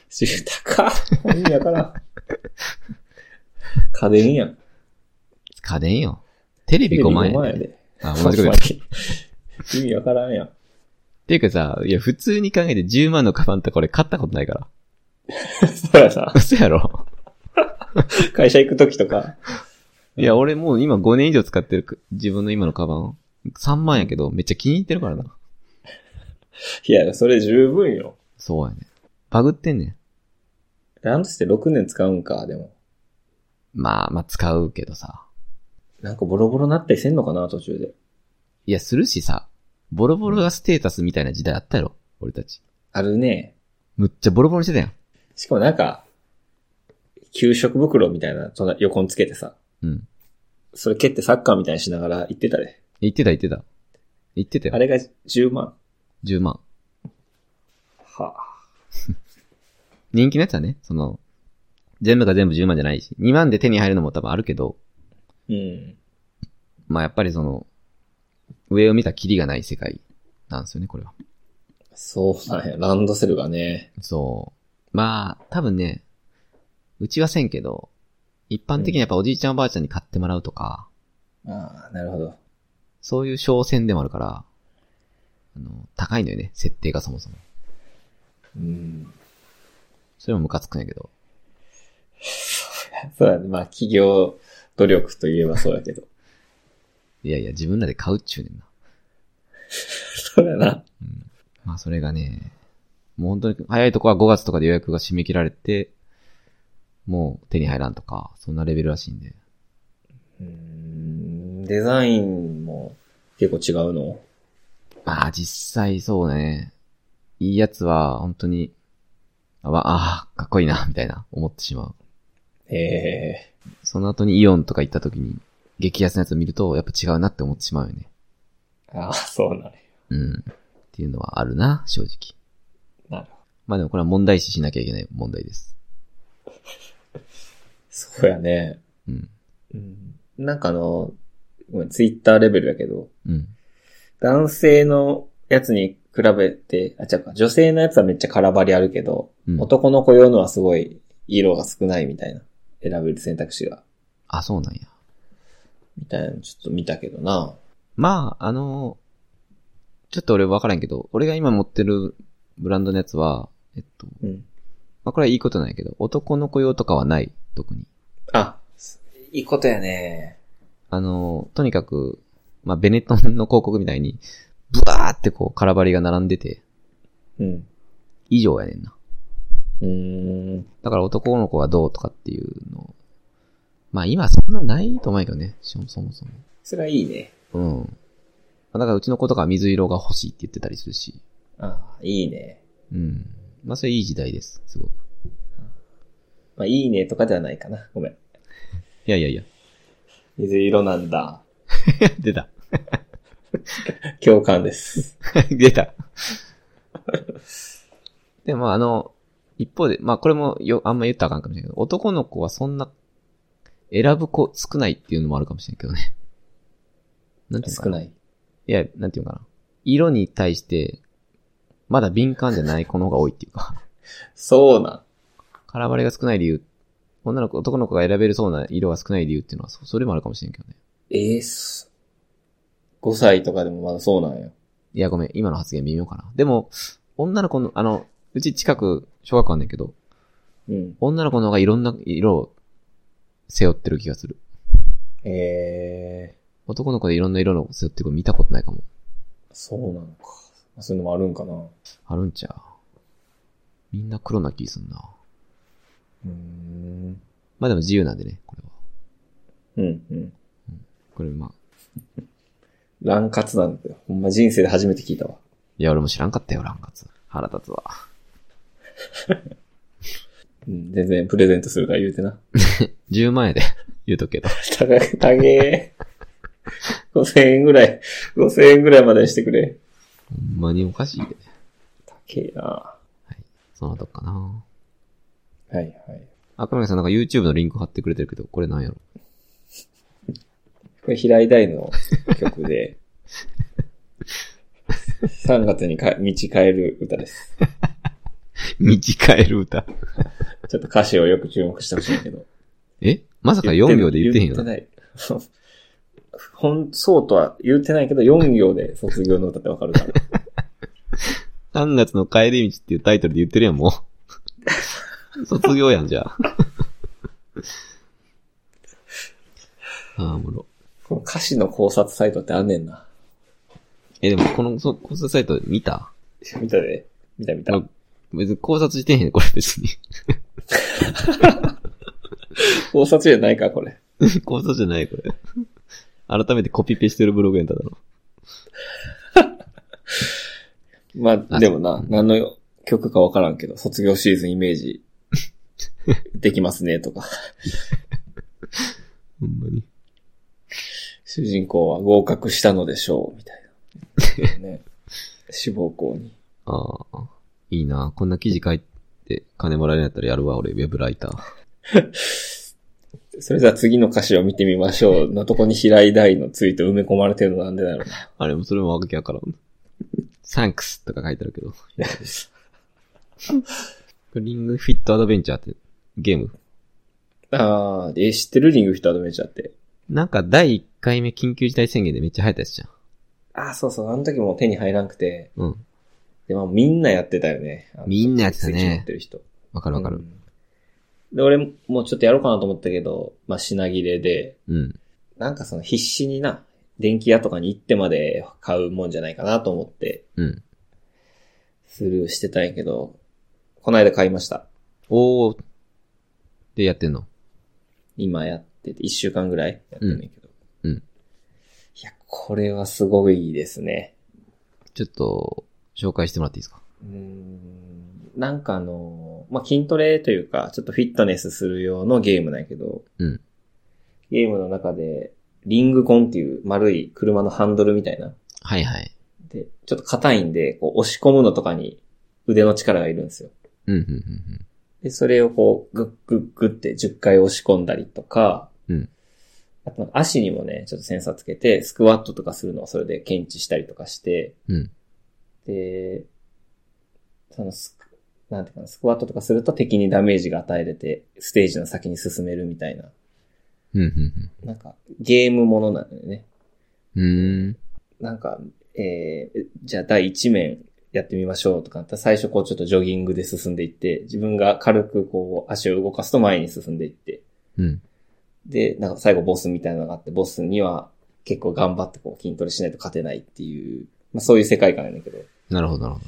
住宅意味わからん。家電やん。家電よ。テレテビレビ5万円。やで。あ、同じこと言っほんまた。っに意味わからんやん。ていうかさ、いや、普通に考えて10万のカバンってこれ買ったことないから。そうやさ、嘘やろ。会社行くときとか。いや、俺もう今5年以上使ってるく自分の今のカバン。3万やけど、めっちゃ気に入ってるからな。いや、それ十分よ。そうやね。バグってんねん。ランドセル6年使うんか、でも。まあ、まあ使うけどさ。なんかボロボロなったりせんのかな、途中で。いや、するしさ。ボロボロがステータスみたいな時代あったやろ。俺たち。あるね。むっちゃボロボロにしてたやん。しかもなんか、給食袋みたいな、そんな横につけてさ。うん。それ蹴ってサッカーみたいにしながら行ってたで。言ってた言ってた。言ってたあよ。れが10万。 10万。はあ、人気のやつはね、その、全部が全部10万じゃないし、2万で手に入るのも多分あるけど、うん。まあやっぱりその、上を見たキリがない世界なんですよね、これは。そうなんや。ランドセルがね。そう。まあ、多分ね、うちはせんけど、一般的にやっぱおじいちゃんおばあちゃんに買ってもらうとか、ああ、なるほど。そういう商戦でもあるから、あの、高いのよね、設定がそもそも。うん。それもムカつくんやけど。そうだね。まあ、企業努力といえばそうやけど。 <laughs> いやいや、自分らで買うっちゅうねんな。そうやな。まあそれがね、もう本当に早いとこは5月とかで予約が締め切られて、もう手に入らんとか、そんなレベルらしいんで。うん、デザインも結構違うの。まあ実際そうね、いいやつは本当に、あ、わあー、かっこいいな、みたいな思ってしまう。へえ。その後にイオンとか行った時に、激安のやつを見ると、やっぱ違うなって思ってしまうよね。ああ、そうなんや。うん。っていうのはあるな、正直。なるほど。まあでもこれは問題視しなきゃいけない問題です。そうやね。うん。うん。なんかあの、ごめんツイッターレベルやけど、うん。男性のやつに比べて、あ、違うか、女性のやつはめっちゃ空張りあるけど、うん、男の子用のはすごい色が少ないみたいな。選べる選択肢が。あ、そうなんや。みたいなのちょっと見たけどな。まあ、あの、ちょっと俺分からんけど、俺が今持ってるブランドのやつは、えっと、うん。まあこれはいいことなんやけど、男の子用とかはない、特に。あ、いいことやね。あの、とにかく、まあ、ベネトンの広告みたいに、ブワーってこう、空張りが並んでて、うん。以上やねんな。うーん。だから男の子はどうとかっていうの。まあ、今そんなないと思うけどね、そもそも。それはいいね。うん。だからうちの子とかは水色が欲しいって言ってたりするし。ああ、いいね。うん。まあ、それいい時代です、すごく。まあ、いいねとかではないかな。ごめん。いやいやい <laughs> や。水色なんだ。出た。 <laughs> 共感 <laughs> です。出た。 <laughs> で、まあ、あの、一方で、まあ、これもよ、あんま言ったらあかんかもしれないけど、男の子はそんな、選ぶ子少ないっていうのもあるかもしれないけどね。なんていうのか少な。ない。いや、なんていうのかな。色に対して、まだ敏感じゃない子の方が多いっていうか。 <laughs> そうなん。空張りが少ない理由、女の子、男の子が選べるそうな色が少ない理由っていうのは、そそれもあるかもしれんけどね。ええっす。5歳とかでもまだそうなんよ。いや、ごめん、今の発言微妙かな。でも、女の子の、あの、うち近く、小学校あんねんけど、うん。女の子の方がいろんな色を背負ってる気がする。ええ男の子でいろんな色の背負ってる子見たことないかも。そうなのか。そういうのもあるんかな。うあるんちゃうみんな黒な気すんな。ーん。まあでも自由なんでね、これは。うん、うん。これまあ、乱活なんだよ。ほんま人生で初めて聞いたわ。いや俺も知らんかったよ、ランカツ。腹立つわ。うん、全然プレゼントするから言うてな。 10万円で <laughs> 言うとくけど。高く、高え。5000円ぐらい、5000円ぐらいまでにしてくれ。ほんまにおかしいで。高えなそのとこかな。はいはい。あ、黒柳さんなんか YouTube のリンク貼ってくれてるけど、これなんやろ。 <laughs> これ平井大の曲 <laughs> で、3月にか道変える歌です。道変える歌。ちょっと歌詞をよく注目してほしいけど。えまさか4秒で言ってへんよ言ってな。ない。ほん、そうとは言ってないけど、4行で卒業の歌ってわかるから。 3月の帰り道っていうタイトルで言ってるやん、もう。卒業やん、じゃあ。ああ、おもろ。この歌詞の考察サイトってあんねんな。え、でも、この、そ、考察サイト見た見たで。見た見た。あ別に考察してへん、これ別に。 <laughs> 考察じゃないか、これ。考察じゃない、これ。 <laughs> 改めてコピペしてるブログやっただろ。まあ、あでもなう、ん何の曲かわからんけど、卒業シーズンイメージ、できますね、とか。ほんまに。主人公は合格したのでしょう、みたいな。ね。志望校に。ああ、いいな。こんな記事書いて金もらえるんやったらやるわ、俺、ウェブライター。それじゃあ次の歌詞を見てみましょう。のとこに平井大のツイート埋め込まれてるのなんでだろうな。あれもそれもわけわからん。サンクスとか書いてあるけ <laughs> ど。リングフィットアドベンチャーってゲーム。あー、え、知ってるリングフィットアドベンチャーって。なんか第1回目緊急事態宣言でめっちゃ流行ったやつじゃん。あー、そうそう、あの時も手に入らなくて。うん。で、まあみんなやってたよね。あのみんなやってたねスイッチ持ってる人。わかるわかうる。んで、俺もちょっとやろうかなと思ったけど、まあ品切れで、うん。なんかその必死にな、電気屋とかに行ってまで買うもんじゃないかなと思って、うん。スルーしてたんやけど、この間買いました。おー。でやってんの。今やってて、一週間ぐらいやってんねんけど。うんうんいや、これはすごいですね。ちょっと、紹介してもらっていいですかうーん。なんかあの、まあ、筋トレというか、ちょっとフィットネスする用のゲームなんやけど、うん。ゲームの中で、リングコンっていう丸い車のハンドルみたいな。はいはい。で、ちょっと硬いんで、こう押し込むのとかに腕の力がいるんですよ。うん、うん、うんで、それをこう、グッグッグッって10回押し込んだりとか、うんあと足にもね、ちょっとセンサーつけて、スクワットとかするのをそれで検知したりとかして、うん。うん。で、そのスク、なんていうかな、スクワットとかすると敵にダメージが与えれて、ステージの先に進めるみたいな、うん、うんなんか、ゲームものなんだよね。うん。うーん。なんか、えー、じゃあ第1面やってみましょうとかなったら、最初こうちょっとジョギングで進んでいって、自分が軽くこう足を動かすと前に進んでいって、うん。で、なんか最後ボスみたいなのがあって、ボスには結構頑張ってこう筋トレしないと勝てないっていう、まあそういう世界観やねんけど。なるほど、なるほ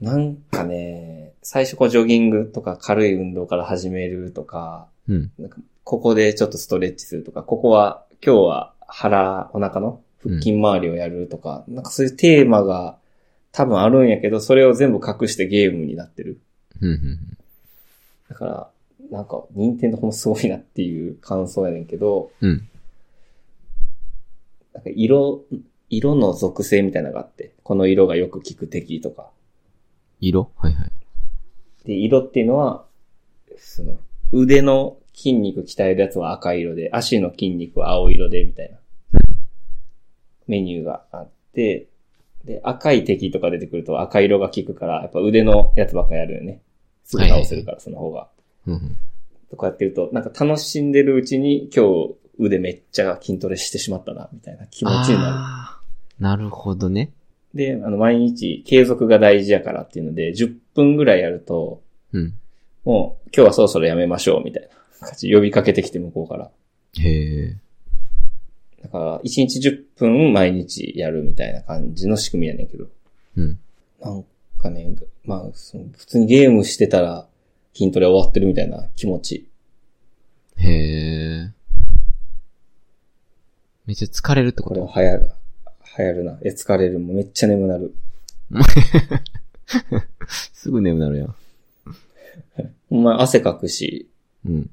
ど。なんかね、最初こうジョギングとか軽い運動から始めるとか、うん。なんかここでちょっとストレッチするとか、ここは今日は腹、お腹の腹筋周りをやるとか、なんかそういうテーマが多分あるんやけど、それを全部隠してゲームになってる。うん、うんだから、なんか、任天堂もすごいなっていう感想やねんけど、うん。うん。なんか色、色の属性みたいなのがあって、この色がよく効く敵とか。色はいはい。で、色っていうのは、その、腕の筋肉鍛えるやつは赤色で、足の筋肉は青色で、みたいな。メニューがあって、で、赤い敵とか出てくると赤色が効くから、やっぱ腕のやつばっかやるよね。すぐ倒せるから、その方が。うんうん。とかやってると、なんか楽しんでるうちに今日腕めっちゃ筋トレしてしまったな、みたいな気持ちになる。あーなるほどね。で、あの、毎日継続が大事やからっていうので、10分ぐらいやると、うん。もう今日はそろそろやめましょう、みたいな感じで呼びかけてきて向こうから。へえ。だから、1日10分毎日やるみたいな感じの仕組みやねんけど。うん。なんかね、まあ、その普通にゲームしてたら筋トレ終わってるみたいな気持ち。へえ。めっちゃ疲れるってこことれは流行る。流行るな。え、疲れる。もうめっちゃ眠なる。すぐ眠なるやん。お前汗かくし、うん。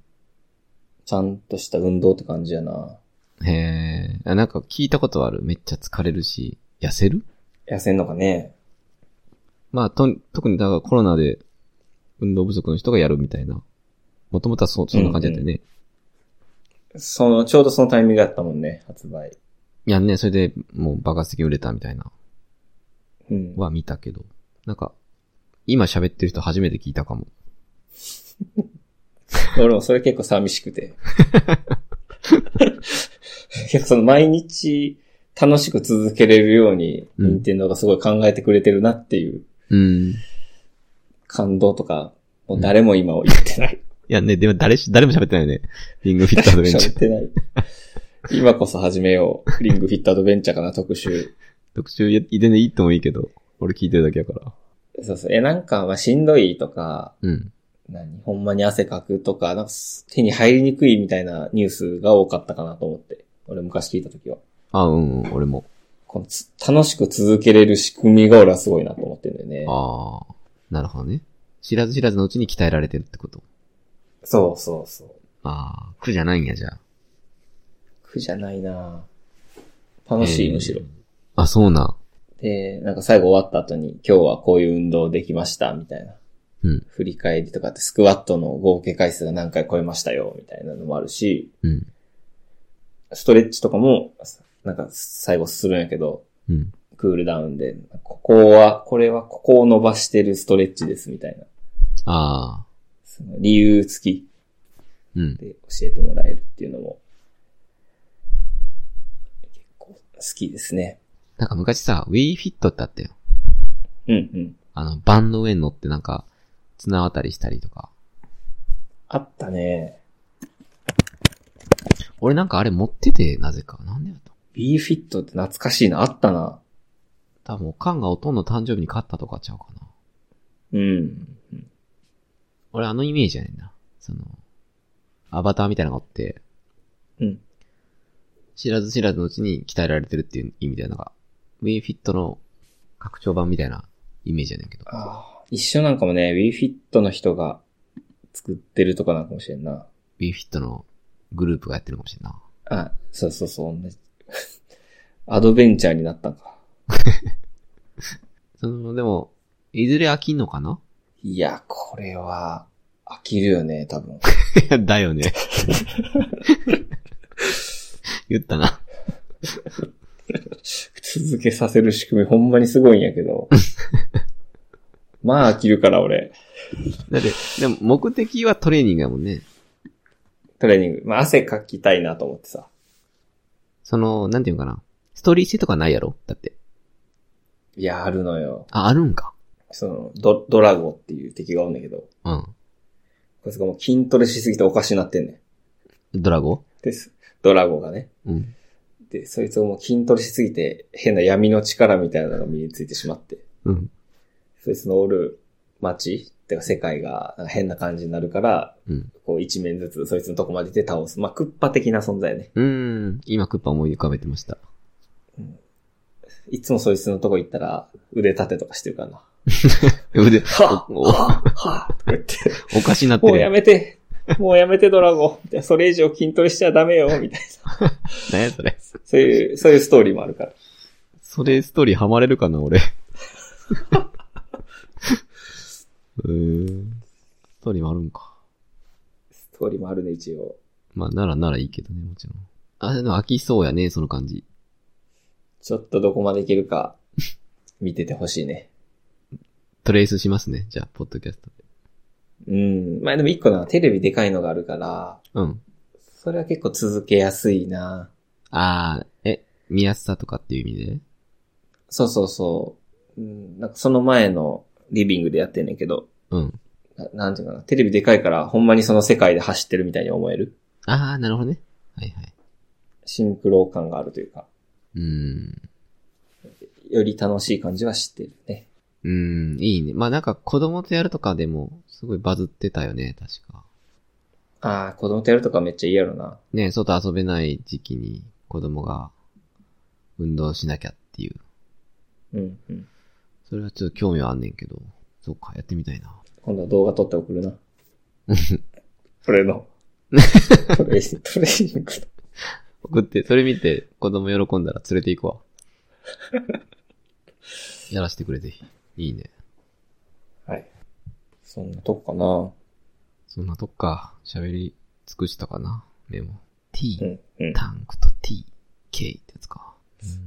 ちゃんとした運動って感じやな。へえ。あ、なんか聞いたことある。めっちゃ疲れるし、痩せる痩せんのかね。まあ、と、特にだからコロナで運動不足の人がやるみたいな。もともとはそ、そんな感じだったよね。その、ちょうどそのタイミングだったもんね、発売。いやね、それでもう爆発的に売れたみたいな。うん。は見たけど。なんか、今喋ってる人初めて聞いたかも。俺もそれ結構寂しくて。結構その毎日楽しく続けれるように、うん任天堂がすごい考えてくれてるなっていううん。い感動とか、もう誰も今を言ってない。やね、でも誰し、誰も喋ってないよね。リングフィットアドベンチャ喋っー。てない。今こそ始めよう。リングフィットアドベンチャーかな、特集。特集や、全然いいともいいけど、俺聞いてるだけやから。そうそう。え、なんか、まあ、しんどいとか、うん。何ほんまに汗かくとか、なんかす手に入りにくいみたいなニュースが多かったかなと思って。俺昔聞いた時は。あ、うん、うん、俺も。このつ楽しく続けれる仕組みが俺はすごいなと思ってるんだよね。ああ。なるほどね。知らず知らずのうちに鍛えられてるってこと。そうそうそう。ああ。苦じゃないんや、じゃあ。苦じゃないなぁ楽しえい、ーむしろ。あ、そうな。で、なんか最後終わった後に、今日はこういう運動できました、みたいな。うん振り返りとかって、スクワットの合計回数が何回超えましたよ、みたいなのもあるし、うん。ストレッチとかも、なんか最後するんやけど、うん。クールダウンで、ここは、これはここを伸ばしてるストレッチです、みたいな。ああ。その理由付きうん。で教えてもらえるっていうのも、結構好きですね。なんか昔さ、Wii Fit ってあったよ。うんうん。あの、盤の上に乗ってなんか、綱渡りしたりとか。あったね。俺なんかあれ持ってて、なぜか。なんでやった B フィットって懐かしいな。あったな。多分、おかんがおとんの誕生日に勝ったとかちゃうかな。うん。俺あのイメージやねんな。その、アバターみたいなのがおって、うん。知らず知らずのうちに鍛えられてるっていう意味で、なんか、Wii Fit の拡張版みたいなイメージやねんけど。ああ。一緒なんかもね、B フィットの人が作ってるとかなんかもしれんな。 Wii Fit のグループがやってるかもしれんな。あ、そうそうそう。同じ <laughs> アドベンチャーになったんか。その、でも、いずれ飽きんのかない <laughs> や、これは、飽きるよね、多分。いやだよね。 <laughs> 言ったな。続けさせる仕組みほんまにすごいんやけど。まあ飽きるから俺。だって、でも目的はトレーニングやもんね。トレーニング。まあ汗かきたいなと思ってさ。その、なんていうのかな。ストーリー性とかないやろだって。いや、あるのよ。あ、あるんか。その、ド、ドラゴっていう敵がおんねんけど。うん。こいつがもう筋トレしすぎておかしになってんねドラゴです。ドラゴがね。うん。で、そいつをもう筋トレしすぎて、変な闇の力みたいなのが身についてしまって、うん。そいつのおる街ってか世界がなんか変な感じになるから、うん。こう一面ずつそいつのとこまでで倒す。まあ、クッパ的な存在ね。うーん。今クッパ思い浮かべてました。いつもそいつのとこ行ったら、腕立てとかしてるからな。腕、はぁおはぁはぁとか言って、おかしなって <laughs> もうやる。めてもうやめてドラゴンみたいなそれ以上筋トレしちゃダメよみたいな。何やそれ。そういう、そういうストーリーもあるから。それストーリーハマれるかな、俺。うーん。ストーリーもあるんか。ストーリーもあるね、一応。まあ、ならならいいけどね、もちろん。あ、でも飽きそうやね、その感じ。ちょっとどこまでいけるか、見ててほしいね。トレースしますね、じゃあ、ポッドキャストで。うん。まあでも一個な、テレビでかいのがあるから、うん。それは結構続けやすいな。あー、え、見やすさとかっていう意味でそうそうそう。うん、なんかその前のリビングでやってんねんけど、うん。ななんていうかな、テレビでかいから、ほんまにその世界で走ってるみたいに思える。あー、なるほどね。はいはい。シンクロ感があるというか、うーん。より楽しい感じはしてるね。うーん、いいね。まあ、なんか子供とやるとかでも、すごいバズってたよね、確か。ああ、子供とやるとかめっちゃいいやろな。ね、外遊べない時期に子供が運動しなきゃっていう。うん、うん。それはちょっと興味はあんねんけど。そうか、やってみたいな。今度は動画撮って送るな。俺の。トレーニング、トレーニングの送って、それ見て子供喜んだら連れて行くわ。 <laughs> やらせてくれ、ぜひ。いいね。はい。そんなとこそんなとこか、喋り尽くしたかな、メモ。t かな。、うん、うん。タンクと t, k ってやつか。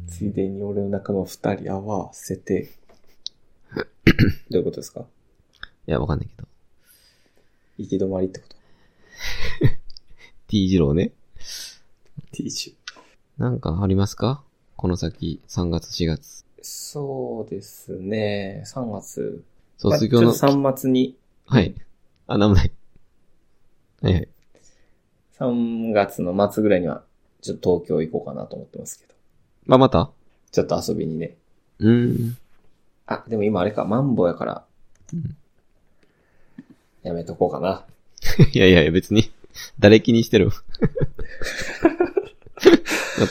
ついでに俺の仲間二人合わせて。どういうことですかいや、わかんないけど。行き止まりってこと t 二郎ね。 ?T シなんかありますかこの先、3月、4月。そうですね。3月。卒業まのあ、ちょっと3末に、はい。あ、なんもない。はいはい。 3月の末ぐらいには、ちょっと東京行こうかなと思ってますけど。まあ、またちょっと遊びにね。うーん。あ、でも今あれか、マンボウやからうん。やめとこうかな。いやいやいや、別に。誰気にしてる <laughs>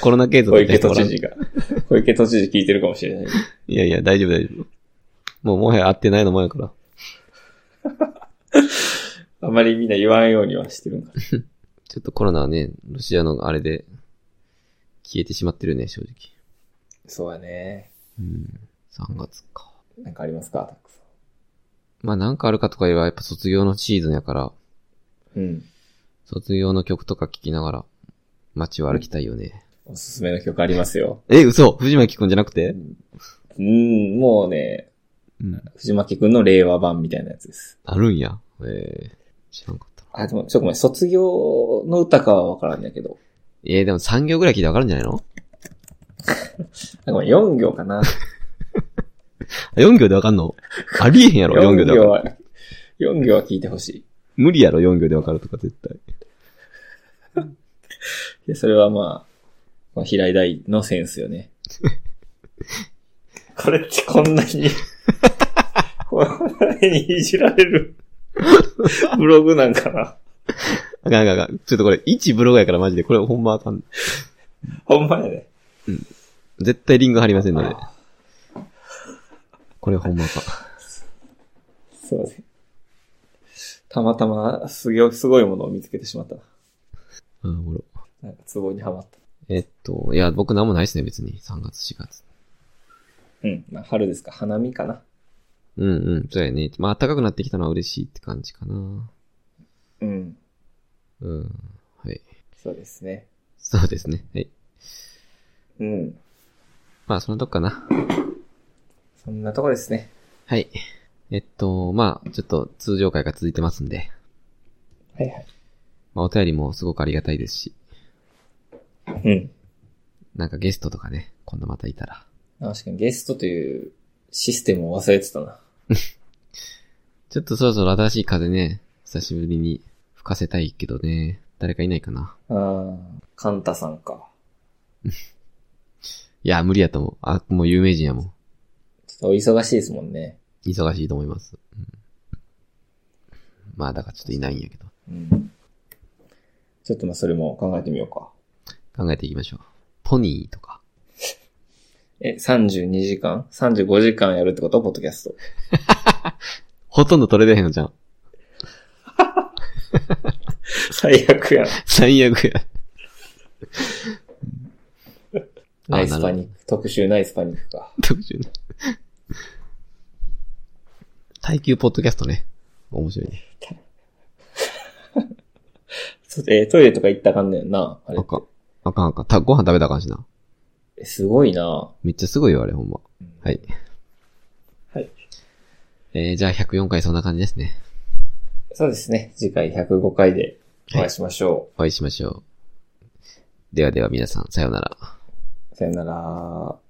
コロナ経済小みたい池な人都おらん知事が。小池都知事聞いてるかもしれない。いやいや、大丈夫大丈夫。もうもはや会ってないのもやから。あまりみんな言わんようにはしてるんかな。ちょっとコロナはね、ロシアのあれで、消えてしまってるね、正直。そうやね。うん。3月か。なんかありますか、たくさまあなんかあるかとか言えば、やっぱ卒業のシーズンやから、ん。うん。卒業の曲とか聴きながら、街を歩きたいよね。おすすめの曲ありますよ。え、嘘藤巻くんじゃなくてうん、もうね、うん。藤巻くんの令和版みたいなやつです。あるんや。えー、知らんかったな。あ、でも、ちょっとごめん、卒業の歌かはわからんだけど。えー、でも3行ぐらい聞いてわかるんじゃないのあごめん、4行 <laughs> かな。あ ?4 行でわかんのありえへんやろ、4行でわかる。は、4行は聞いてほしい。無理やろ、4行でわかるとか絶対。で、それはまあ、まあ、平井大のセンス <laughs> よね。これってこん <laughs> なに、こんなにいじられる <laughs> ブログなんかな。あかんあかんあかん。ちょっとこれ、一ブログやからマジで、これほんまあかん。ほんまやね。絶対リング貼りませんので。これほんまあかん。そうね。たまたま、すごい、すごいものを見つけてしまったな。あーおもろ。なんか、ツボにはまった。えっと、いや、僕なんもないですね、別に。3月、4月。うん。まあ、春ですか。花見かな。うんうん、そうやね。まあ、暖かくなってきたのは嬉しいって感じかな。うん。うん。はい。そうですね。そうですね。はい。うん。まあ、そのとこかな。そんなとこですね。はい。えっと、まあ、ちょっと通常会が続いてますんで、はいはい。まあ、お便りもすごくありがたいですし、うん。なんかゲストとかね、今度またいたら。あ確かにゲストというシステムを忘れてたな。ちょっとそろそろ新しい風ね、久しぶりに吹かせたいけどね。誰かいないかな。ああ、カンタさんか。いや、無理やと思う。あ、もう有名人やもん。ちょっとお忙しいですもんね。忙しいと思います。うんまあ、だからちょっといないんやけど。うん。ちょっとまあそれも考えてみようか。考えていきましょう。ポニーとか。え、32時間 ?35 時間やるってことポッドキャスト。ほとんど取れてへんのじゃん。最悪やん。最悪や。ナイスパニック。特集ナイスパニックか。特集ね。 <laughs> 耐久ポッドキャストね。面白いね。そえートイレとか行ったらあかんねんな。あれあ。かん。あかんあかん。たご飯食べたらあかんしな。えすごいな。めっちゃすごいよ、あれ、ほんま。はい。はい。えー、じゃあ104回そんな感じですね。そうですね。次回105回でお会いしましょお会いしましょう。ではでは皆さん、さようなら。う。さよなら。